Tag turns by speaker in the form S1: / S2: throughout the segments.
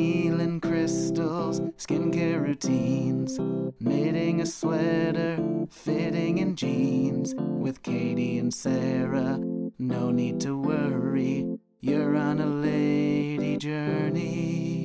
S1: Healing crystals, skincare routines, knitting a sweater, fitting in jeans. With Katie and Sarah, no need to worry, you're on a lady journey.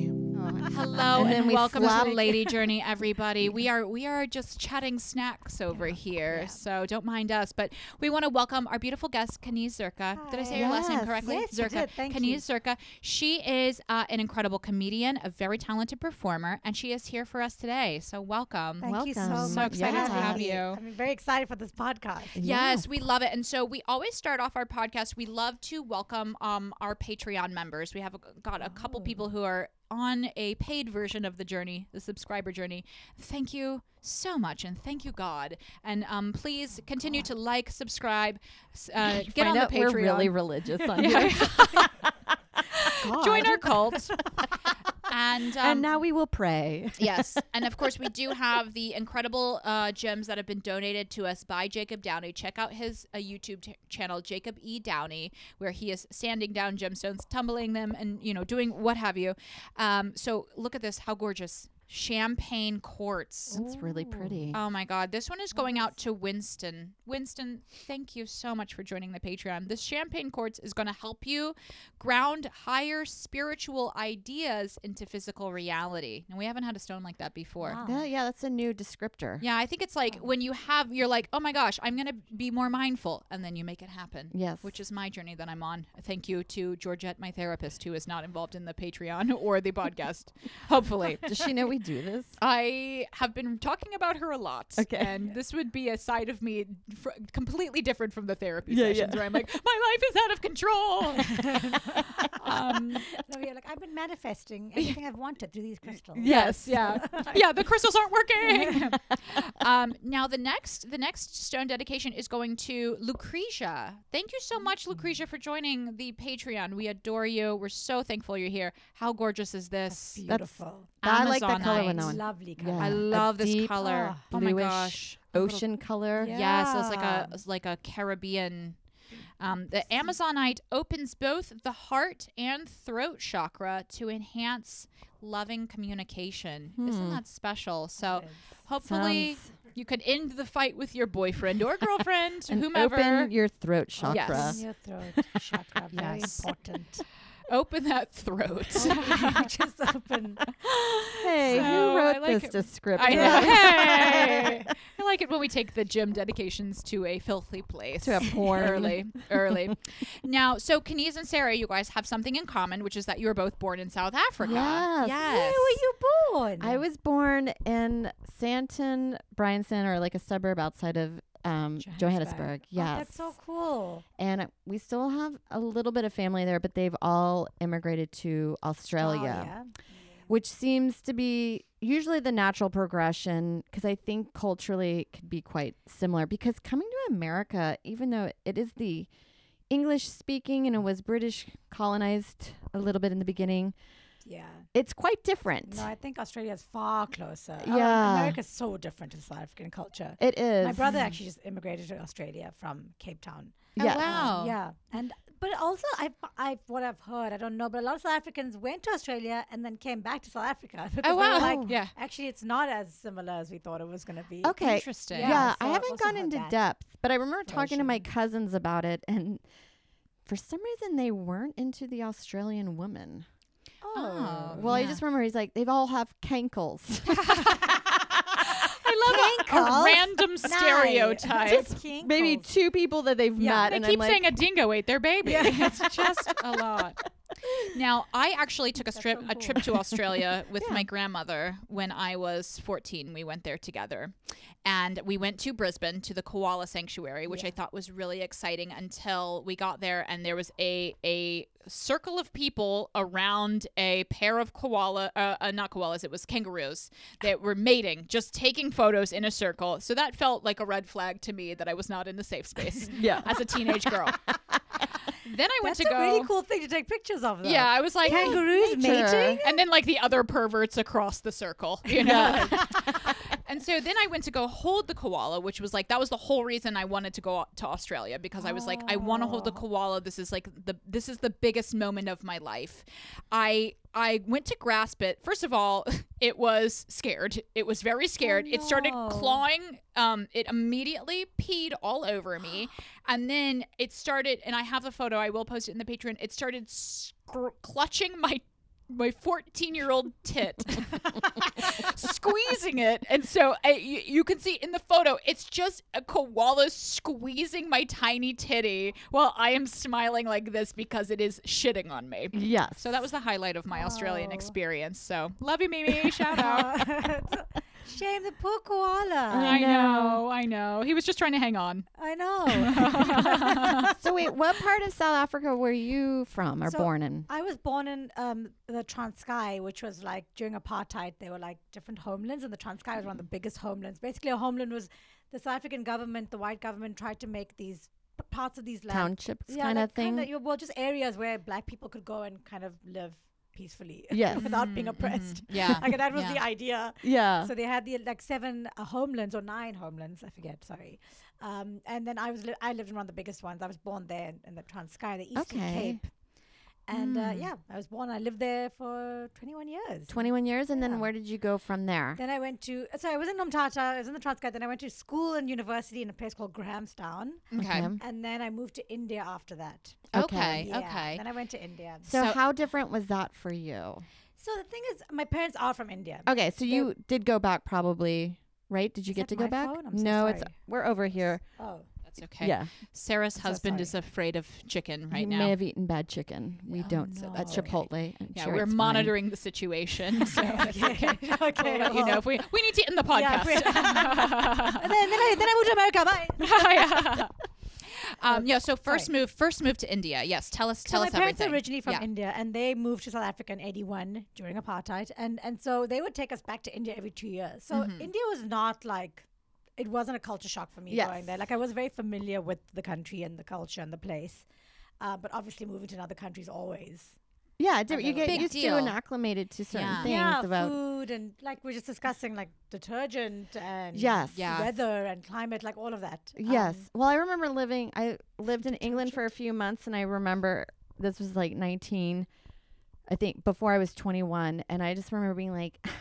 S2: Hello
S3: And
S2: and,
S3: then we
S2: welcome to
S3: flop.
S2: the Lady Journey, everybody. We are we are just chatting snacks over here, so don't mind us. But we want to welcome our beautiful guest, Kaniz Zirka. Did I say your last name
S3: Yes.
S2: correctly?
S3: Yes, you
S2: Zirka.
S3: did. Thank
S2: Kaniz
S3: you.
S2: Zirka. She is uh, an incredible comedian, a very talented performer, and she is here for us today. So welcome.
S3: Thank you so
S2: Welcome.
S3: much.
S2: So excited
S3: for
S2: to
S3: having
S2: have
S3: me.
S2: you.
S3: I'm very excited for this podcast.
S2: Yes, we love it. And so we always start off our podcast. We love to welcome um, our Patreon members. We have a, got a couple
S4: Oh.
S2: people who are on a paid version of the journey, the subscriber journey. Thank you so much, and thank you, God. And um, please continue to like, subscribe, s- uh, get on
S4: Find
S2: the
S4: out We're
S2: Patreon.
S4: really religious on
S2: Yeah.
S4: here.
S2: Join our cult. and, um,
S4: and now we will pray.
S2: yes. And of course, we do have the incredible uh, gems that have been donated to us by Jacob Downey. Check out his uh, YouTube t- channel, Jacob E. Downey, where he is sanding down gemstones, tumbling them, and, you know, doing what have you. Um, so look at this. How gorgeous. Champagne quartz.
S4: It's really pretty.
S2: Oh my God. This one is going out to Winston. Winston, thank you so much for joining the Patreon. This champagne quartz is going to help you ground higher spiritual ideas into physical reality. And we haven't had a stone like that before.
S4: Yeah, yeah, that's a new descriptor.
S2: Yeah, I think it's like when you have, you're like, oh my gosh, I'm going to be more mindful. And then you make it happen.
S4: Yes.
S2: Which is my journey that I'm on. Thank you to Georgette, my therapist, who is not involved in the Patreon or the podcast, hopefully.
S4: Does she know we do this?
S2: I have been talking about her a lot.
S4: Okay.
S2: And this would be a side of me fr- completely different from the therapy
S4: Yeah,
S2: sessions
S4: yeah.
S2: where I'm like, my life is out of control. um,
S3: No, you're like I've been manifesting everything I've wanted through these crystals.
S2: yes. Yeah. Yeah. The crystals aren't working. um, now the next, the next stone dedication is going to Lucretia. Thank you so much, Lucretia, for joining the Patreon. We adore you. We're so thankful you're here. How gorgeous is this?
S3: Beautiful.
S4: I like that color one,
S2: Amazonite.
S4: that one.
S3: Lovely
S4: Yeah.
S3: color.
S2: I
S4: a
S2: love this
S4: deep,
S2: color.
S3: ah,
S2: Oh my
S4: bluish
S2: gosh. A little
S4: Ocean color.
S3: Yeah.
S2: Yeah, so it's like a
S3: Yeah.
S2: it's like a Caribbean. Um, the Amazonite opens both the heart and throat chakra to enhance loving communication. Isn't Hmm. that special? So hopefully
S4: Sounds-
S2: you could end the fight with your boyfriend or girlfriend,
S4: And
S2: whomever.
S4: open
S2: Open,
S4: your throat chakra.
S3: In
S2: Yes.
S3: your throat chakra, very
S2: Yes.
S3: important.
S2: that throat.
S3: Just open.
S4: Hey,
S2: So,
S4: who wrote
S2: I like
S4: this
S2: it.
S4: descriptor?
S2: I know. Hey! I like it when we take the gym dedications to a filthy place.
S4: To a porn.
S2: early. Early. now, so Kenise and Sarah, you guys have something in common, which is that you were both born in South Africa.
S4: Yes.
S2: Yes.
S3: Where were you born?
S4: I was born in Santon, Bryanston, or like a suburb outside of um, Johannesburg. Yes.
S3: Oh, that's so cool.
S4: and uh, we still have a little bit of family there, but they've all immigrated to Australia, which seems to be usually the natural progression because I think culturally it could be quite similar. Because coming to America, even though it is the English speaking and it was British colonized a little bit in the beginning,
S3: Yeah. yeah.
S4: it's quite different.
S3: No, I think Australia is far closer.
S4: Yeah.
S3: America's so different to South African culture.
S4: It is.
S3: My brother actually just immigrated to Australia from Cape Town. Um,
S2: Oh,
S4: Yes.
S2: wow.
S3: Yeah, and but also I I what I've heard I don't know, but a lot of South Africans went to Australia and then came back to South Africa. because they
S2: Oh,
S3: were
S2: wow.
S3: Like,
S2: yeah.
S3: Actually, it's not as similar as we thought it was going to be.
S4: Okay.
S2: Interesting.
S4: Yeah,
S3: Yeah, so
S4: I
S3: I've
S4: haven't
S3: also
S4: gone
S3: heard
S4: into
S3: that
S4: depth, but I remember talking to my
S3: version.
S4: cousins about it, and for some reason they weren't into the Australian woman.
S2: Oh.
S4: Well, I
S2: yeah.
S4: just remember he's like, they've all have cankles.
S2: I love a, a
S3: Cankles?
S2: random stereotype.
S3: Just kinkles.
S4: Maybe two people that they've
S3: Yeah.
S4: met,
S2: They
S4: and
S2: keep
S4: I'm like,
S2: saying a dingo ate their baby. it's just a lot. Now, I actually took a trip a trip to Australia with my grandmother when I was 14. We went there together. And we went to Brisbane to the koala sanctuary, which I thought was really exciting until we got there and there was a a circle of people around a pair of koala uh, uh, not koalas, it was kangaroos that were mating, just taking photos in a circle. So that felt like a red flag to me that I was not in the safe space
S4: yeah,
S2: as a teenage girl. then I went to
S3: That's a
S2: go.
S3: really cool thing to take pictures of. Though.
S2: Yeah, I was like
S3: Kangaroos
S4: nature.
S3: mating.
S2: And then like the other perverts across the circle, you know. And so then I went to go hold the koala, which was like that was the whole reason I wanted to go to Australia because I was like I want to hold the koala. This is like the this is the biggest moment of my life. I I went to grasp it. First of all, it was scared. It was very scared. It started
S3: no.
S2: clawing. Um, it immediately peed all over me, and then it started. And I have a photo. I will post it in the Patreon. It started scr- clutching my my 14 year old tit squeezing it and so I, you, you can see in the photo it's just a koala squeezing my tiny titty while i am smiling like this because it is shitting on me
S4: Yes.
S2: so that was the highlight of my Australian
S3: Wow.
S2: experience. So love you, Mimi. Shout out.
S3: Uh, Shame the poor koala.
S2: I know,
S4: know.
S2: I know. He was just trying to hang on.
S3: I know.
S4: So wait, what part of South Africa were you from or
S3: So,
S4: born in?
S3: I was born in um, the Transkei, which was like during apartheid, there were like different homelands, and the Transkei was one of the biggest homelands. Basically, a homeland was the South African government, the white government tried to make these p- parts of these lands.
S4: Townships kind of
S3: like,
S4: thing.
S3: Kinda, yeah, well, just areas where black people could go and kind of live peacefully
S4: Yes.
S3: without being oppressed.
S2: Mm-hmm. Yeah.
S3: Like that was
S2: Yeah.
S3: the idea.
S4: yeah.
S3: So they had the like seven uh, homelands or nine homelands, I forget. Sorry. Um, and then I was li- I lived in one of the biggest ones. I was born there in, in the Transkei, the Eastern
S4: Okay.
S3: Cape. And
S2: Hmm.
S3: uh, yeah, I was born. I lived there for 21 years.
S4: 21 years and
S3: Yeah.
S4: then where did you go from there?
S3: Then I went to so I was in Nomtata. I was in the Transkei. Then I went to school and university in a place called Grahamstown.
S2: Okay. Okay.
S3: And then I moved to India after that.
S2: Mm-hmm. Okay.
S3: Yeah, Then I went to India.
S4: So,
S2: So-
S4: how different was that for you?
S3: So the thing is, my parents are from India.
S2: Oh.
S4: Okay, so you did go back probably, right? Did you
S3: Is
S4: get
S3: that
S4: to go
S3: my
S4: back?
S3: phone? I'm so
S4: no, it's
S3: sorry.
S4: we're over here.
S3: Oh,
S2: That's okay.
S4: Yeah.
S2: Sarah's
S3: I'm so
S2: husband
S3: sorry.
S2: is afraid of chicken right
S4: you
S2: now.
S4: may have eaten bad chicken. We
S2: Oh,
S4: don't so at
S2: no.
S4: Chipotle. I'm
S2: yeah,
S4: sure
S2: we're
S4: it's fine.
S2: monitoring the situation. So that's okay. We'll
S3: okay.
S2: let you know if we we need to end the
S3: Yeah, if we-
S2: podcast.
S3: And then, then, I, then I moved to America. Bye.
S2: Yeah. Um, yeah. So first move, first move to India. Yes. Tell us. Tell
S3: so
S2: us
S3: my parents
S2: everything.
S3: are originally from
S2: yeah.
S3: India, and they moved to South Africa in '81 during apartheid, and and so they would take us back to India every two years. So
S4: Mm-hmm.
S3: India was not like. It wasn't a culture shock for me
S4: Yes.
S3: going there. Like I was very familiar with the country and the culture and the place, uh, but obviously moving to another country is always
S4: Yeah, different. you
S3: Okay.
S4: get
S2: Big
S4: used
S2: deal.
S4: to and acclimated to certain
S2: Yeah.
S4: things
S3: yeah
S4: about
S3: food and like we're just discussing like detergent and
S4: Yes.
S2: Yeah.
S3: weather and climate, like all of that. Um,
S4: Yes. well, I remember living. I lived in England for a few months, and I remember this was like 19, I think, before I was 21, and I just remember being like,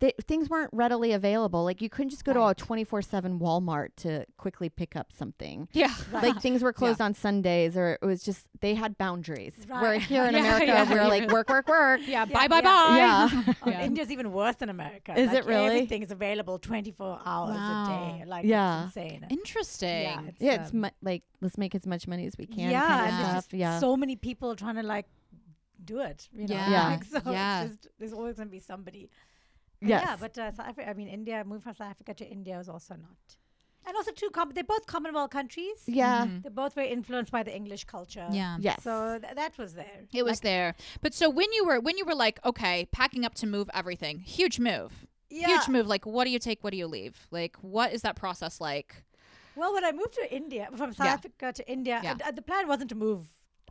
S4: th- things weren't readily available. Like you couldn't just go to a 24 seven Walmart to quickly pick up something.
S2: Yeah.
S4: Like things were closed on Sundays, or it was just they had boundaries. Where
S3: Right.
S4: here in
S2: Yeah,
S4: America,
S2: yeah,
S4: we're
S2: yeah.
S4: like work, work, work.
S2: Yeah. Bye. Bye.
S3: yeah.
S2: Bye.
S4: Yeah.
S3: Oh,
S2: Yeah.
S3: India's even worse than America.
S4: Is
S3: Like,
S4: it really? Ah.
S3: Everything is available 24 hours
S2: Wow.
S3: a day. Like,
S4: Yeah.
S3: it's insane.
S2: Interesting.
S3: it's,
S4: Yeah, it's
S3: um,
S4: mu- like let's make as much money as we can.
S3: yeah,
S4: kind
S3: and
S4: of
S3: there's
S4: stuff.
S3: just
S4: yeah.
S3: so many people trying to like do it. You know?
S2: Yeah.
S3: Like, so
S2: Yeah.
S3: It's just, there's always going to be somebody. But Yeah,
S4: Yes.
S3: but uh, South Africa, I mean, India, moving from South Africa to India is also not. And also, two, com- they're both Commonwealth countries.
S4: yeah.
S3: They're both very influenced by the English culture.
S2: Yeah.
S4: Yes.
S3: Mm-hmm. So th- that was there.
S2: It was there. But so when you were when you were like, okay, packing up to move everything, huge move. Huge move. Like what do you take, what do you leave? Like what is that process like?
S3: Well, when I moved to India from South
S2: Yeah.
S3: Africa to India,
S2: Yeah.
S3: I- I- the plan wasn't to move.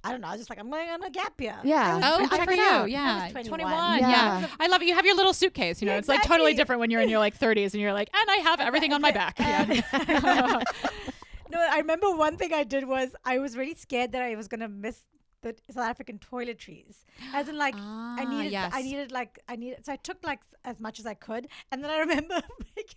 S3: I don't know. I was just like, I'm going on a gap year.
S4: Yeah.
S3: I was
S4: Oh,
S2: Oh,
S3: pretty-
S2: good
S4: check
S2: for
S4: it
S2: you.
S4: out.
S2: Yeah.
S3: I was
S2: 21.
S3: 21.
S2: Yeah.
S4: Yeah.
S2: I love it. You have your little suitcase, you know.
S3: Yeah,
S2: It's like totally
S3: exactly.
S2: different when you're in your like 30s and you're like, and I have everything on my back. Yeah.
S3: no, I remember one thing I did was I was really scared that I was going to miss the South African toiletries. As in, like, I
S2: Ah,
S3: needed, I
S2: yes.
S3: needed, like, I needed, so I took, like, s- as much as I could. And then I remember making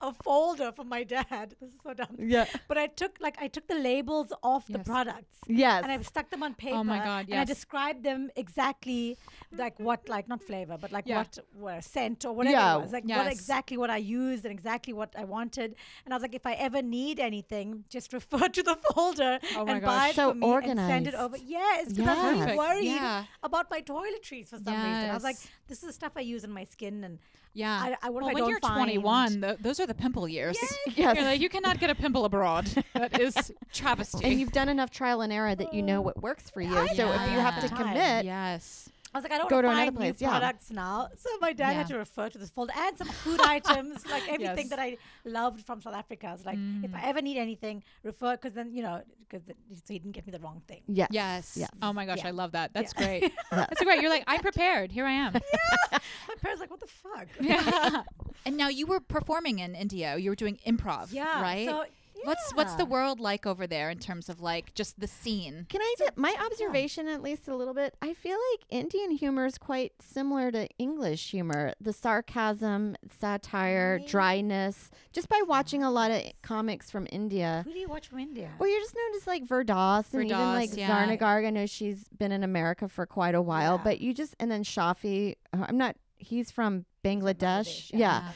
S3: a folder for my dad. This is so dumb.
S4: Yeah.
S3: But I took, like, I took the labels off the
S2: Yes.
S3: products.
S4: Yes.
S3: and I stuck them on paper.
S2: Oh my God,
S3: And I
S2: yes.
S3: described them exactly, like what, like not flavor, but like
S2: Yeah.
S3: what were scent or whatever
S4: Yeah,
S3: it was, like what
S2: yes.
S3: exactly what I used and exactly what I wanted. And I was like, if I ever need anything, just refer to the folder
S2: Oh my
S3: and
S2: gosh.
S3: buy it
S4: So
S3: for me and send
S4: organized.
S3: it over. Yes, because I was really
S4: Yes.
S3: worried
S2: Yeah.
S3: about my toiletries for some reason. I was like,
S2: Yes.
S3: this is the stuff I use on my skin, and
S2: Yeah.
S3: I- I- what
S2: well,
S3: if I
S2: when
S3: don't
S2: you're
S3: find-
S2: 21, th- those are the pimple years.
S4: Yes.
S2: You're like, you cannot get a pimple abroad. That is travesty.
S4: and you've done enough trial and error that you know what works for you. so if you have
S2: Yeah.
S4: to
S3: Time.
S4: commit,
S2: yes.
S3: I was like, I don't
S4: Go
S3: want
S4: to
S3: to
S4: another
S3: find new
S4: place, yeah.
S3: products now. So my dad had
S2: Yeah.
S3: to refer to this folder and some food items, like everything
S2: Yes.
S3: that I loved from South Africa. I was like, if
S4: Mm.
S3: I ever need anything, refer, because then, you know, because so he didn't get me the wrong thing.
S4: Yes.
S2: Yes.
S4: Yes.
S2: Oh my gosh,
S3: Yeah.
S2: I love that. That's
S3: Yeah.
S2: great. That's great. You're like, I'm prepared. Here I am.
S3: My parents were like, what the fuck?
S2: Yeah. and now you were performing in India. You were doing improv.
S3: Yeah,
S2: Right.
S3: so-
S2: What's What's the
S3: yeah.
S2: world like over there in terms of like just the scene?
S4: Can I get my observation at least a little bit? I feel like Indian humor is quite similar to English humor. The sarcasm, satire, dryness. Just by watching a lot of comics from India.
S3: Who do you watch from India?
S4: Well, you just notice like Verdas and even
S2: Verdas,
S4: like
S2: yeah.
S4: Zarna Garg. I know she's been in America for quite a while,
S3: Yeah.
S4: but you just and then Shafi. uh, I'm not. He's from Bangladesh.
S3: Bangladesh, yeah.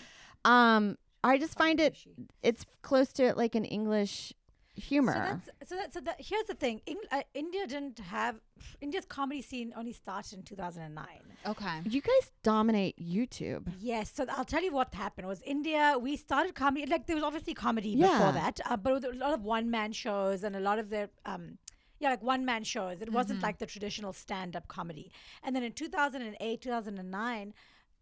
S4: yeah. Um. I just find it. It's close to it like an English humor.
S3: So that's so that so that here's the thing. Eng- uh, India didn't have India's comedy scene only started in 2009.
S2: Uh, Okay.
S4: you guys dominate YouTube.
S3: Yes, so I'll tell you what happened was India. We started comedy like there was obviously comedy before
S4: Yeah.
S3: that, uh, but there was a lot of one man shows and a lot of their um, yeah like one man shows. It wasn't like the traditional stand up comedy. And then in 2008, 2009,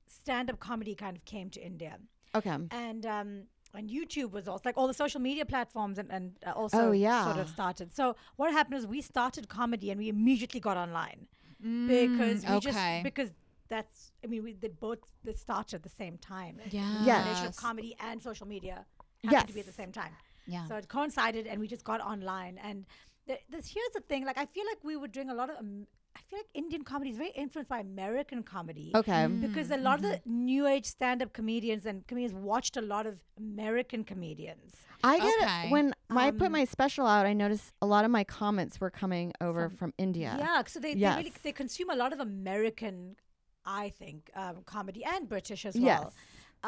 S3: stand up comedy kind of came to India.
S4: Okay.
S3: and um and YouTube was also like all the social media platforms and, and uh, also
S4: Oh, yeah.
S3: sort of started. So what happened is we started comedy and we immediately got online
S4: Mm,
S3: because we
S2: okay.
S3: just because that's I mean we did both they started at the same time.
S2: Yeah.
S4: Yes.
S3: Combination of comedy and social media happened to be at the
S4: Yes.
S3: same time.
S2: Yeah.
S3: So it coincided and we just got online and the, this here's the thing like I feel like we were doing a lot of um, I feel like Indian comedy is very influenced by American comedy
S4: Okay. Mm-hmm.
S3: because a lot of the new age stand-up comedians and comedians watched a lot of American comedians.
S4: I get
S2: Okay.
S4: when I put
S3: Um,
S4: my special out. I noticed a lot of my comments were coming over from, India.
S3: Yeah, so they, they really
S4: Yes.
S3: they consume a lot of American, I think, um, comedy and British as
S4: Yes.
S3: well.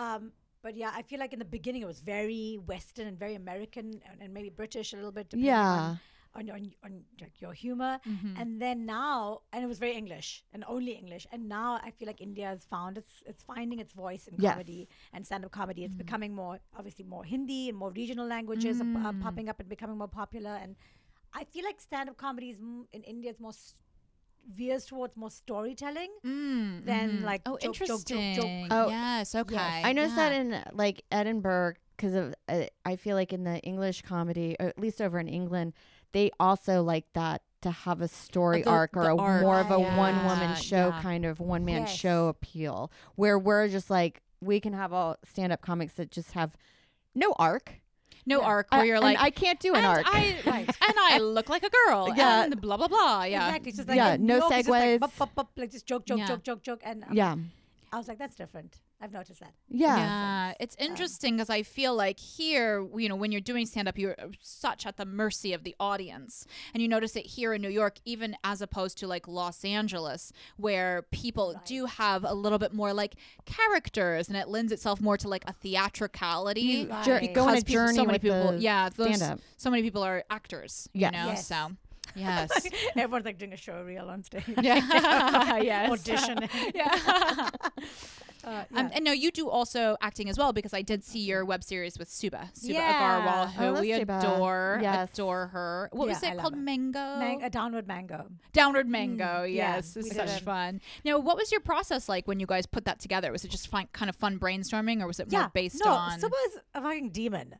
S3: Um, but yeah, I feel like in the beginning it was very Western and very American and, and maybe British a little bit. Depending
S4: Yeah.
S3: On, on, on, on like your humor.
S2: Mm-hmm.
S4: Mm.
S3: And then now, and it was very English and only English. And now I feel like India has found its, it's finding its voice in
S4: Yes. Mm.
S3: comedy and stand up comedy. It's becoming more, obviously, more Hindi and more regional languages are,
S4: Mm.
S3: p- are popping up and becoming more popular. And I feel like stand up comedy is m- in India is more s- veers towards more storytelling
S2: Mm,
S3: than
S2: mhm.
S3: like
S2: Oh,
S3: joke, joke,
S2: interesting.
S3: joke, joke.
S4: Oh,
S2: yes. Okay.
S4: I noticed
S2: yeah.
S4: that in like Edinburgh because of uh, I feel like in the English comedy, or at least over in England, they also like that to have a story
S2: the-
S4: arc or
S2: the
S4: a,
S2: arc.
S4: more of a
S2: Yeah.
S4: one woman show
S2: Yeah.
S4: kind of one man
S3: Yes.
S4: show appeal, where we're just like we can have all stand up comics that just have no arc.
S2: no
S3: Yeah.
S2: arc where
S4: I-
S2: you're
S4: Uh, and
S2: like
S4: I can't do an
S2: and
S4: arc.
S2: I, and I look like a girl.
S4: Yeah.
S2: And blah blah blah. Yeah.
S3: Exactly. It's just like
S4: Yeah,
S3: a
S4: no
S3: joke, it's just like,
S4: segues.
S3: bup, bup, bup, like just joke, joke,
S2: Yeah.
S3: joke, joke, joke. And um,
S4: yeah.
S3: I was like, that's different. I've noticed that.
S4: Yeah.
S2: Yeah, it's interesting because I feel like here, you know, when you're doing stand up, you're uh, such at the mercy of the audience. And you notice it here in New York, even as opposed to like Los Angeles, where people do have a little bit more like characters and it lends itself more to like a theatricality.
S3: Right.
S4: Jour- go on a
S2: because peop-
S4: journey
S2: so many
S4: with
S2: people,
S4: the
S2: yeah, those,
S4: stand-up.
S2: so many people are actors,
S4: Yes.
S2: you know,
S3: Yes.
S2: so yes.
S3: Everyone's like doing a show reel on stage.
S2: Yeah. yes.
S4: Uh,
S3: Auditioning.
S2: Yeah.
S3: Uh,
S2: Um,
S3: yeah.
S2: and no, you do also acting as well because I did see your web series with Suba, Suba
S3: Yeah.
S4: I
S2: Agarwal, who
S4: love
S2: we
S4: Suba.
S2: adore,
S4: Yes.
S2: adore her. What was
S3: Yeah,
S2: it
S3: I love
S2: called?
S3: her.
S4: uh,
S2: Mango,
S3: Mang- a downward mango.
S2: Downward Mango.
S3: yeah,
S2: yes,
S3: we
S2: it's
S3: did
S2: such
S3: it.
S2: fun. Now, what was your process like when you guys put that together? Was it just fun, kind of fun brainstorming, or was it
S3: Yeah.
S2: more based
S3: no,
S2: on?
S3: Suba is a fucking demon.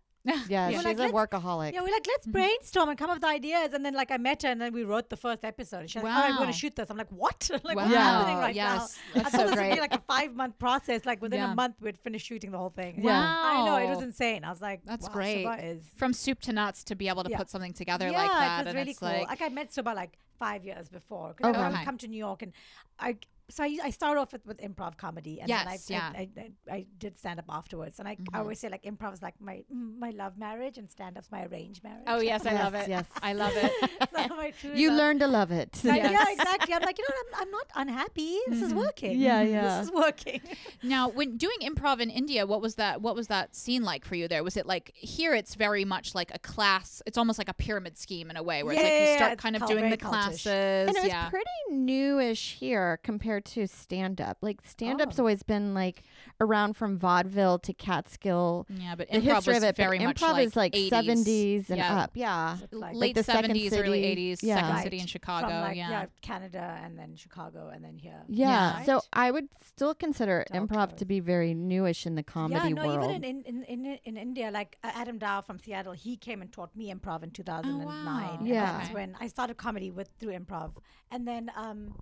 S4: Yeah,
S3: We're
S4: she's
S3: like,
S4: a
S3: let's-
S4: workaholic.
S3: Yeah, we're like,
S2: Mm-hmm.
S3: let's brainstorm and come up with ideas. And then, like, I met her and then we wrote the first episode. She's like, all right, we're going
S2: Wow.
S3: to shoot this. I'm like, what? like,
S2: Wow.
S3: what's happening
S2: Yeah.
S3: right
S2: Yes.
S3: now?
S2: That's
S3: I thought
S2: so
S3: this would
S2: great.
S3: be like a five month process. Like, within
S2: Yeah.
S3: a month, we'd finish shooting the whole thing.
S4: Yeah.
S3: I know. It was
S2: Wow.
S3: insane. I was like,
S2: That's
S3: wow,
S2: great.
S3: Suba is
S2: From soup to nuts to be able to
S3: Yeah.
S2: put something together
S3: yeah,
S2: like that,
S3: it was
S2: and
S3: really
S2: it's
S3: cool.
S2: like, Oh,
S3: Like, I met Suba like five years before because I
S2: Okay.
S3: would come to New York and I so I, I started off with, with improv comedy and
S2: Yes,
S3: then I,
S2: yeah. Mm-hmm.
S3: I, I, I, I did stand up afterwards and I, I always say like improv is like my mm, my love marriage and stand up's my arranged marriage.
S2: oh yes, I
S4: Yes,
S2: love it.
S4: yes.
S2: I love it.
S3: So my true
S4: you
S3: love.
S4: learn to love it.
S3: I-
S2: Yes. Mm-hmm.
S3: Yeah, exactly. I'm like you know what? I'm, I'm not unhappy. This is working.
S4: Yeah, yeah.
S3: This is working.
S2: Now, when doing improv in India, what was that? What was that scene like for you there? Was it like here? It's very much like a class. It's almost like a pyramid scheme in a way, where it's like
S3: Yeah,
S2: you
S3: yeah,
S2: start
S3: it's
S2: kind of
S3: cult-
S2: doing
S3: very
S2: the
S3: cultish.
S2: classes.
S4: And it was
S2: yeah.
S4: pretty newish here compared compared to stand up. Like stand
S3: Oh.
S4: up's always been like around from vaudeville to Catskill.
S2: Yeah, but
S4: The
S2: improv
S4: history
S2: was
S4: of it, but
S2: very much
S4: improv
S2: like
S4: is like
S2: 80s.
S4: 70s and
S2: yeah.
S4: up. Yeah.
S3: Is it like-
S2: Late
S4: the Second
S2: 70s, early
S4: City.
S2: 80s,
S4: Yeah.
S2: Second
S3: Right.
S2: Uh, City in
S3: From,
S2: Chicago.
S3: like,
S2: yeah.
S3: Canada and then Chicago and then here.
S4: Yeah.
S2: Yeah.
S4: So
S3: Right.
S4: I would still consider
S3: Dark
S4: improv
S3: mode.
S4: to be very newish in the comedy
S3: yeah, no,
S4: world.
S3: even in, in, in, in- in India, like uh, Adam Dow from Seattle, he came and taught me improv in 2009.
S2: wow.
S3: and
S4: Oh, Yeah.
S3: That's
S2: Okay.
S3: when I started comedy with through improv. And then um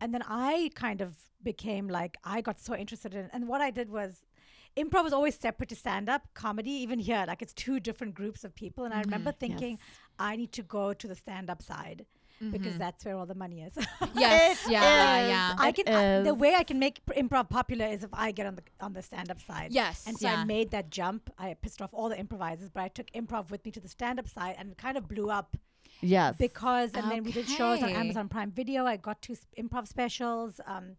S3: and then I kind of became like I got so interested in and what I did was improv was always separate to stand up comedy even here like it's two different groups of people
S4: Mm-hmm.
S3: and I remember thinking I need to go to the stand up side
S4: Mm-hmm.
S3: because that's where all the money is.
S2: Yes.
S4: It
S2: yeah.
S4: is.
S2: Yeah.
S3: I
S4: It
S3: can I- the
S4: is.
S3: way I can make p- improv popular is if I get on the on the stand up side.
S2: Yes,
S3: and so
S2: yeah.
S3: I made that jump. I pissed off all the improvisers, but I took improv with me to the stand up side, and it kind of blew up
S4: yes.
S3: because. And then we did shows on
S2: Okay.
S3: Amazon Prime Video. I got two sp- improv specials. Um,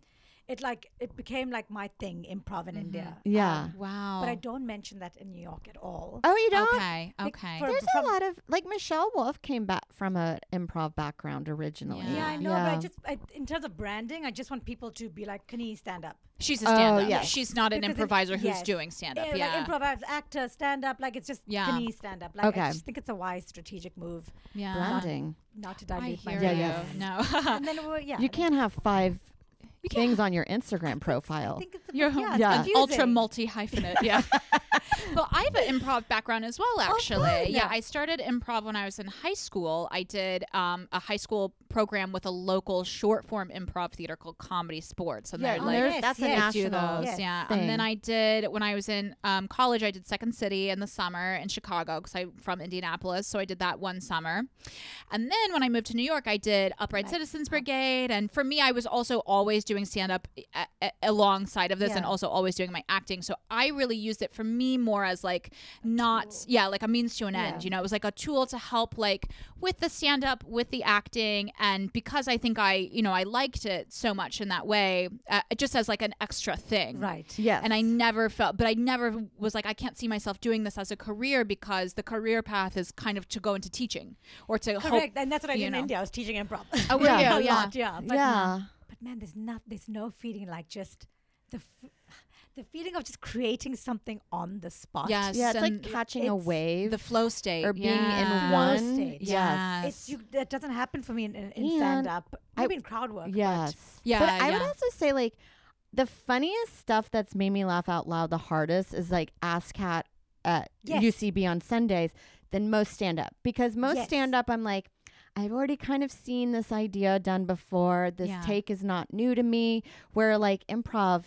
S3: it like it became like my thing, improv
S2: Mm-hmm.
S3: in India.
S4: Yeah.
S3: Um,
S2: Wow.
S3: but I don't mention that in New York at all.
S4: oh, you don't?
S2: Okay.
S3: Bec-
S2: Okay.
S3: for-
S4: There's
S3: from-
S4: a lot of like Michelle Wolf came back from an improv background originally.
S2: Yeah.
S3: yeah, I know, but
S4: Yeah.
S3: I just I, in terms of branding, I just want people to be like, "Can you stand up?"
S2: She's a
S4: Oh,
S2: stand up.
S4: yes.
S2: She's not an
S3: Because it-
S2: improviser who's
S3: yes.
S2: doing stand up.
S3: Yeah,
S2: Yeah.
S3: Eh, like improv actor, stand up. Like it's just
S2: Yeah.
S3: can he stand up? Like
S4: Okay.
S3: I just think it's a wise strategic move
S2: yeah.
S4: Branding.
S3: not to
S2: I
S3: dilute my
S2: hear
S4: Yeah,
S2: you.
S4: yeah.
S2: No.
S3: And then we're, yeah,
S4: you
S3: and
S4: can't have five
S2: You can't-
S4: things on your Instagram
S3: I
S4: profile.
S3: think it's a,
S2: You're
S3: yeah, it's
S4: yeah.
S2: an ultra
S3: confusing.
S2: multi hyphenate. Yeah. well, I have an improv background as well, actually. yeah,
S3: fun.
S2: I started improv when I was in high school. I did um, a high school program with a local short form improv theater called Comedy Sports, and they're
S4: and
S2: like
S4: there's-
S3: yes,
S4: that's a
S3: yes,
S2: do
S4: national.
S2: those.
S3: Yes.
S2: Yeah. And
S4: thing.
S2: then I did when I was in um, college. I did Second City in the summer in Chicago because I'm from Indianapolis, so I did that one summer. And then when I moved to New York, I did Upright Citizens Brigade. And for me, I was also always doing stand up a- a- e, alongside of this, and
S3: Yeah.
S2: also always doing my acting. So I really used it for me more as like not yeah, like a means to an end.
S3: Yeah.
S2: You know, it was like a tool to help like with the stand up, with the acting, and because I think I you know I liked it so much in that way, uh, just as like an extra thing,
S3: right.
S4: Yes.
S2: and I never felt, but I never was like, I can't see myself doing this as a career because the career path is kind of to go into teaching or to
S3: Correct,
S2: hope.
S3: and that's what I
S2: you
S3: did in
S2: know.
S3: India. I was teaching improv.
S2: Oh, were
S4: Yeah.
S2: you?
S3: a
S2: Yeah.
S3: lot, yeah. But,
S4: yeah.
S3: but man, there's not, there's no feeling like just the, f- the feeling of just creating something on the spot.
S2: Yes.
S4: Yeah. It's like
S2: and
S4: catching a
S3: it's
S4: wave
S2: The flow state
S4: or being
S2: yeah.
S4: in
S3: Flow
S4: one.
S3: state.
S4: Yes.
S3: It's, you, that doesn't happen for me in, in, in
S4: And
S3: stand up.
S4: I-
S3: Maybe in crowd work. but-
S4: Yes.
S2: Yeah,
S4: But I would
S2: yeah.
S4: also say like the funniest stuff that's made me laugh out loud the hardest is like Ask Cat at
S3: Yes.
S4: UCB on Sundays than most stand up because most
S3: Yes.
S4: stand up I'm like I've already kind of seen this idea done before. This
S2: Yeah.
S4: take is not new to me. Where like improv,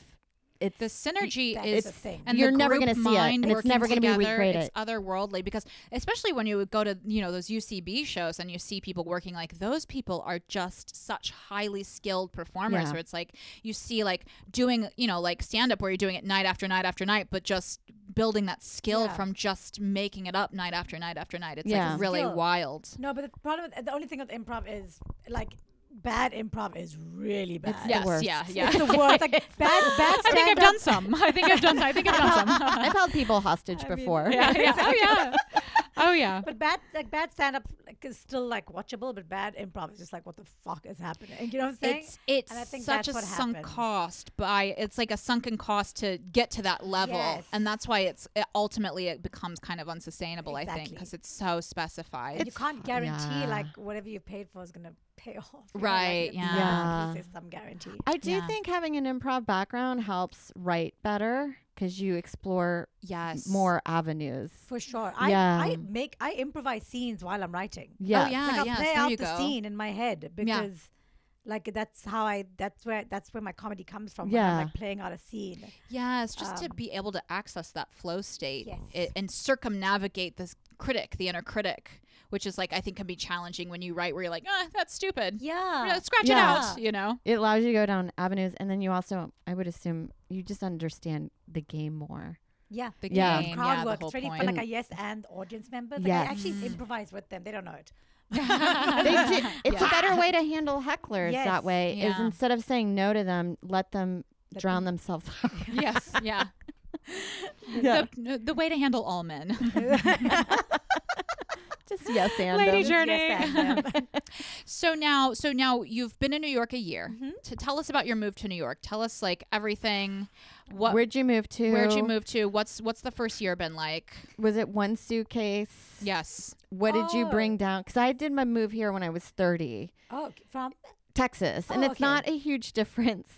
S4: it's
S2: The synergy
S3: That
S2: is
S3: is a thing.
S2: and
S4: You're
S2: the
S4: never
S2: group
S4: gonna see it,
S2: mind
S4: and it's
S2: working
S4: never gonna be
S2: together,
S4: recreated.
S2: It's otherworldly because, especially when you would go to you know those UCB shows and you see people working like those people are just such highly skilled performers.
S4: Yeah.
S2: Where it's like you see like doing you know like stand up where you're doing it night after night after night, but just building that skill
S3: Yeah.
S2: from just making it up night after night after night. It's
S4: Yeah.
S2: like really
S3: Skill.
S2: wild.
S3: No, but the problem, the only thing with improv is like bad improv is really bad.
S4: the
S2: yes,
S4: worst.
S2: yeah, yeah.
S3: It's the worst. Like bad, bad
S2: I think I've
S3: stand
S2: done some. I think I've done. I think I've done some.
S4: I've held people hostage
S3: I mean,
S4: before.
S2: yeah, yeah. Oh yeah. Oh yeah.
S3: But bad, like bad stand up, like is still like watchable. But bad improv is just like, what the fuck is happening? You know what I'm saying?
S2: It's it's
S3: And I think
S2: such
S3: that's
S2: a
S3: what
S2: sunk
S3: happens.
S2: cost by it's like a sunken cost to get to that level,
S3: Yes.
S2: and that's why it's it ultimately it becomes kind of unsustainable. I think
S3: Exactly.
S2: because it's so specified.
S3: And you can't guarantee
S4: yeah.
S3: like whatever you paid for is gonna pay off. you know, like,
S2: Right,
S3: it's-
S2: yeah.
S3: At least there's some guarantee.
S4: I do
S2: Yeah.
S4: think having an improv background helps write better because you explore
S2: yes,
S4: more avenues.
S3: For sure. I,
S4: Yeah.
S3: I make I improvise scenes while I'm writing.
S4: Yeah.
S2: Oh yeah,
S3: Like I'll
S2: yes,
S3: play
S2: there
S3: out
S2: you
S3: the
S2: go.
S3: scene in my head because like that's how I that's where that's where my comedy comes from. when
S4: Yeah.
S3: I'm like playing out a scene.
S2: Yes, just to
S3: Um,
S2: be able to access that flow state
S3: Yes.
S2: i- and circumnavigate this critic, the inner critic, which is like I think can be challenging when you write where you're like, ah, that's stupid.
S3: Yeah.
S2: You know, scratch
S4: Yeah.
S2: it out. You know.
S4: It allows you to go down avenues, and then you also, I would assume, you just understand the game more.
S3: Yeah.
S2: The
S4: Yeah.
S2: game,
S3: crowd
S2: yeah,
S3: work.
S2: the whole
S3: It's really
S2: point.
S3: fun, like a yes and audience members. Like
S4: Yes.
S3: I actually improvise with them. They don't know it.
S4: They did, it's a
S2: Yeah.
S4: better way to handle hecklers
S3: Yes.
S4: that way. Is
S2: Yeah.
S4: instead of saying no to them, let them
S3: Let
S4: drown themselves out.
S2: yes, yeah.
S4: Yeah.
S2: The, the way to handle all men.
S4: just yes, and
S2: Lady
S4: them.
S2: Journey.
S3: Yes, and them.
S2: So now, so now you've been in New York a year.
S3: Mhm.
S2: To tell us about your move to New York. Tell us like everything. What
S4: Where'd you move to?
S2: where'd you move to? What's what's the first year been like?
S4: Was it one suitcase?
S2: Yes.
S4: What did you
S3: Oh.
S4: bring down? Because I did my move here when I was 30,
S3: oh, from
S4: Texas, and
S3: Oh,
S4: it's
S3: okay.
S4: not a huge difference,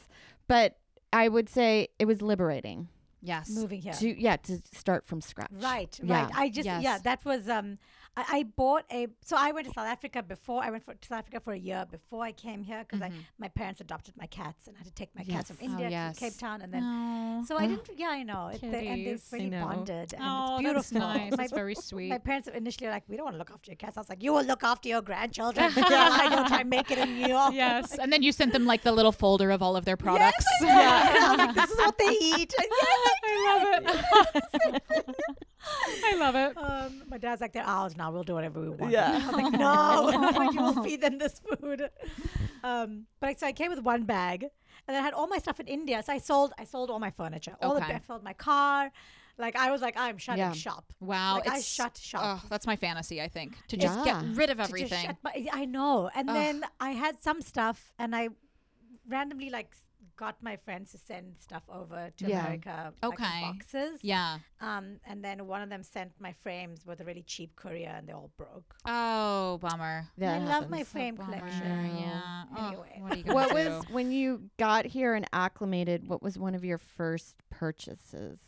S4: but I would say it was liberating
S2: Yes.
S3: moving here.
S4: to yeah to start from scratch.
S3: Right,
S4: Yeah.
S3: right. I just yeah,
S2: Yes.
S3: that was um I, I bought a so I went to South Africa before I went for, to South Africa for a year before I came here because
S2: Mhm.
S3: my parents adopted my cats and I had to take my cats from
S4: Yes.
S2: Oh,
S3: India
S2: yes.
S3: to Cape Town and then
S2: Aw. Ah,
S3: so I didn't yeah I know it, they, and they
S2: Kitties.
S4: I
S3: really
S4: know.
S3: bonded and
S2: Oh,
S3: it's
S2: that's
S3: beautiful.
S2: nice.
S3: My-
S2: That's very sweet.
S3: My parents were initially like, we don't want to look after your cats. I was like, you will look after your grandchildren. I don't I make it in New York.
S2: yes. And then you sent them like the little folder of all of their products.
S3: Yeah. I was like, this is what they eat. And yes,
S2: I love it. I love it.
S3: Um, my dad's like, they're ours now. We'll do whatever we want.
S4: Yeah.
S3: I was like, no, but you will feed them this food. Um, but I, so I came with one bag, and I had all my stuff in India. So I sold, I sold all my furniture. All
S2: Okay.
S3: the, I sold my car. Like I was like, I'm shutting
S4: Yeah.
S3: shop.
S2: Wow.
S3: Like, I
S2: it's-
S3: shut shop.
S2: Oh, that's my fantasy, I think. To just
S4: Yeah.
S2: get rid of
S3: To just
S2: everything.
S3: shut my- I know. And
S2: Ugh.
S3: then I had some stuff, and I randomly like got my friends to send stuff over to
S4: Yeah.
S3: America, like, in
S2: Okay.
S3: boxes.
S2: yeah.
S3: Um, and then one of them sent my frames with a really cheap courier, and they all broke.
S2: Oh, bummer.
S4: That
S3: I love my
S4: happens.
S2: So
S3: frame
S2: bummer.
S3: collection.
S2: Yeah. Oh,
S3: Anyway.
S2: what are you gonna
S4: What
S2: do?
S4: was when you got here and acclimated? What was one of your first purchases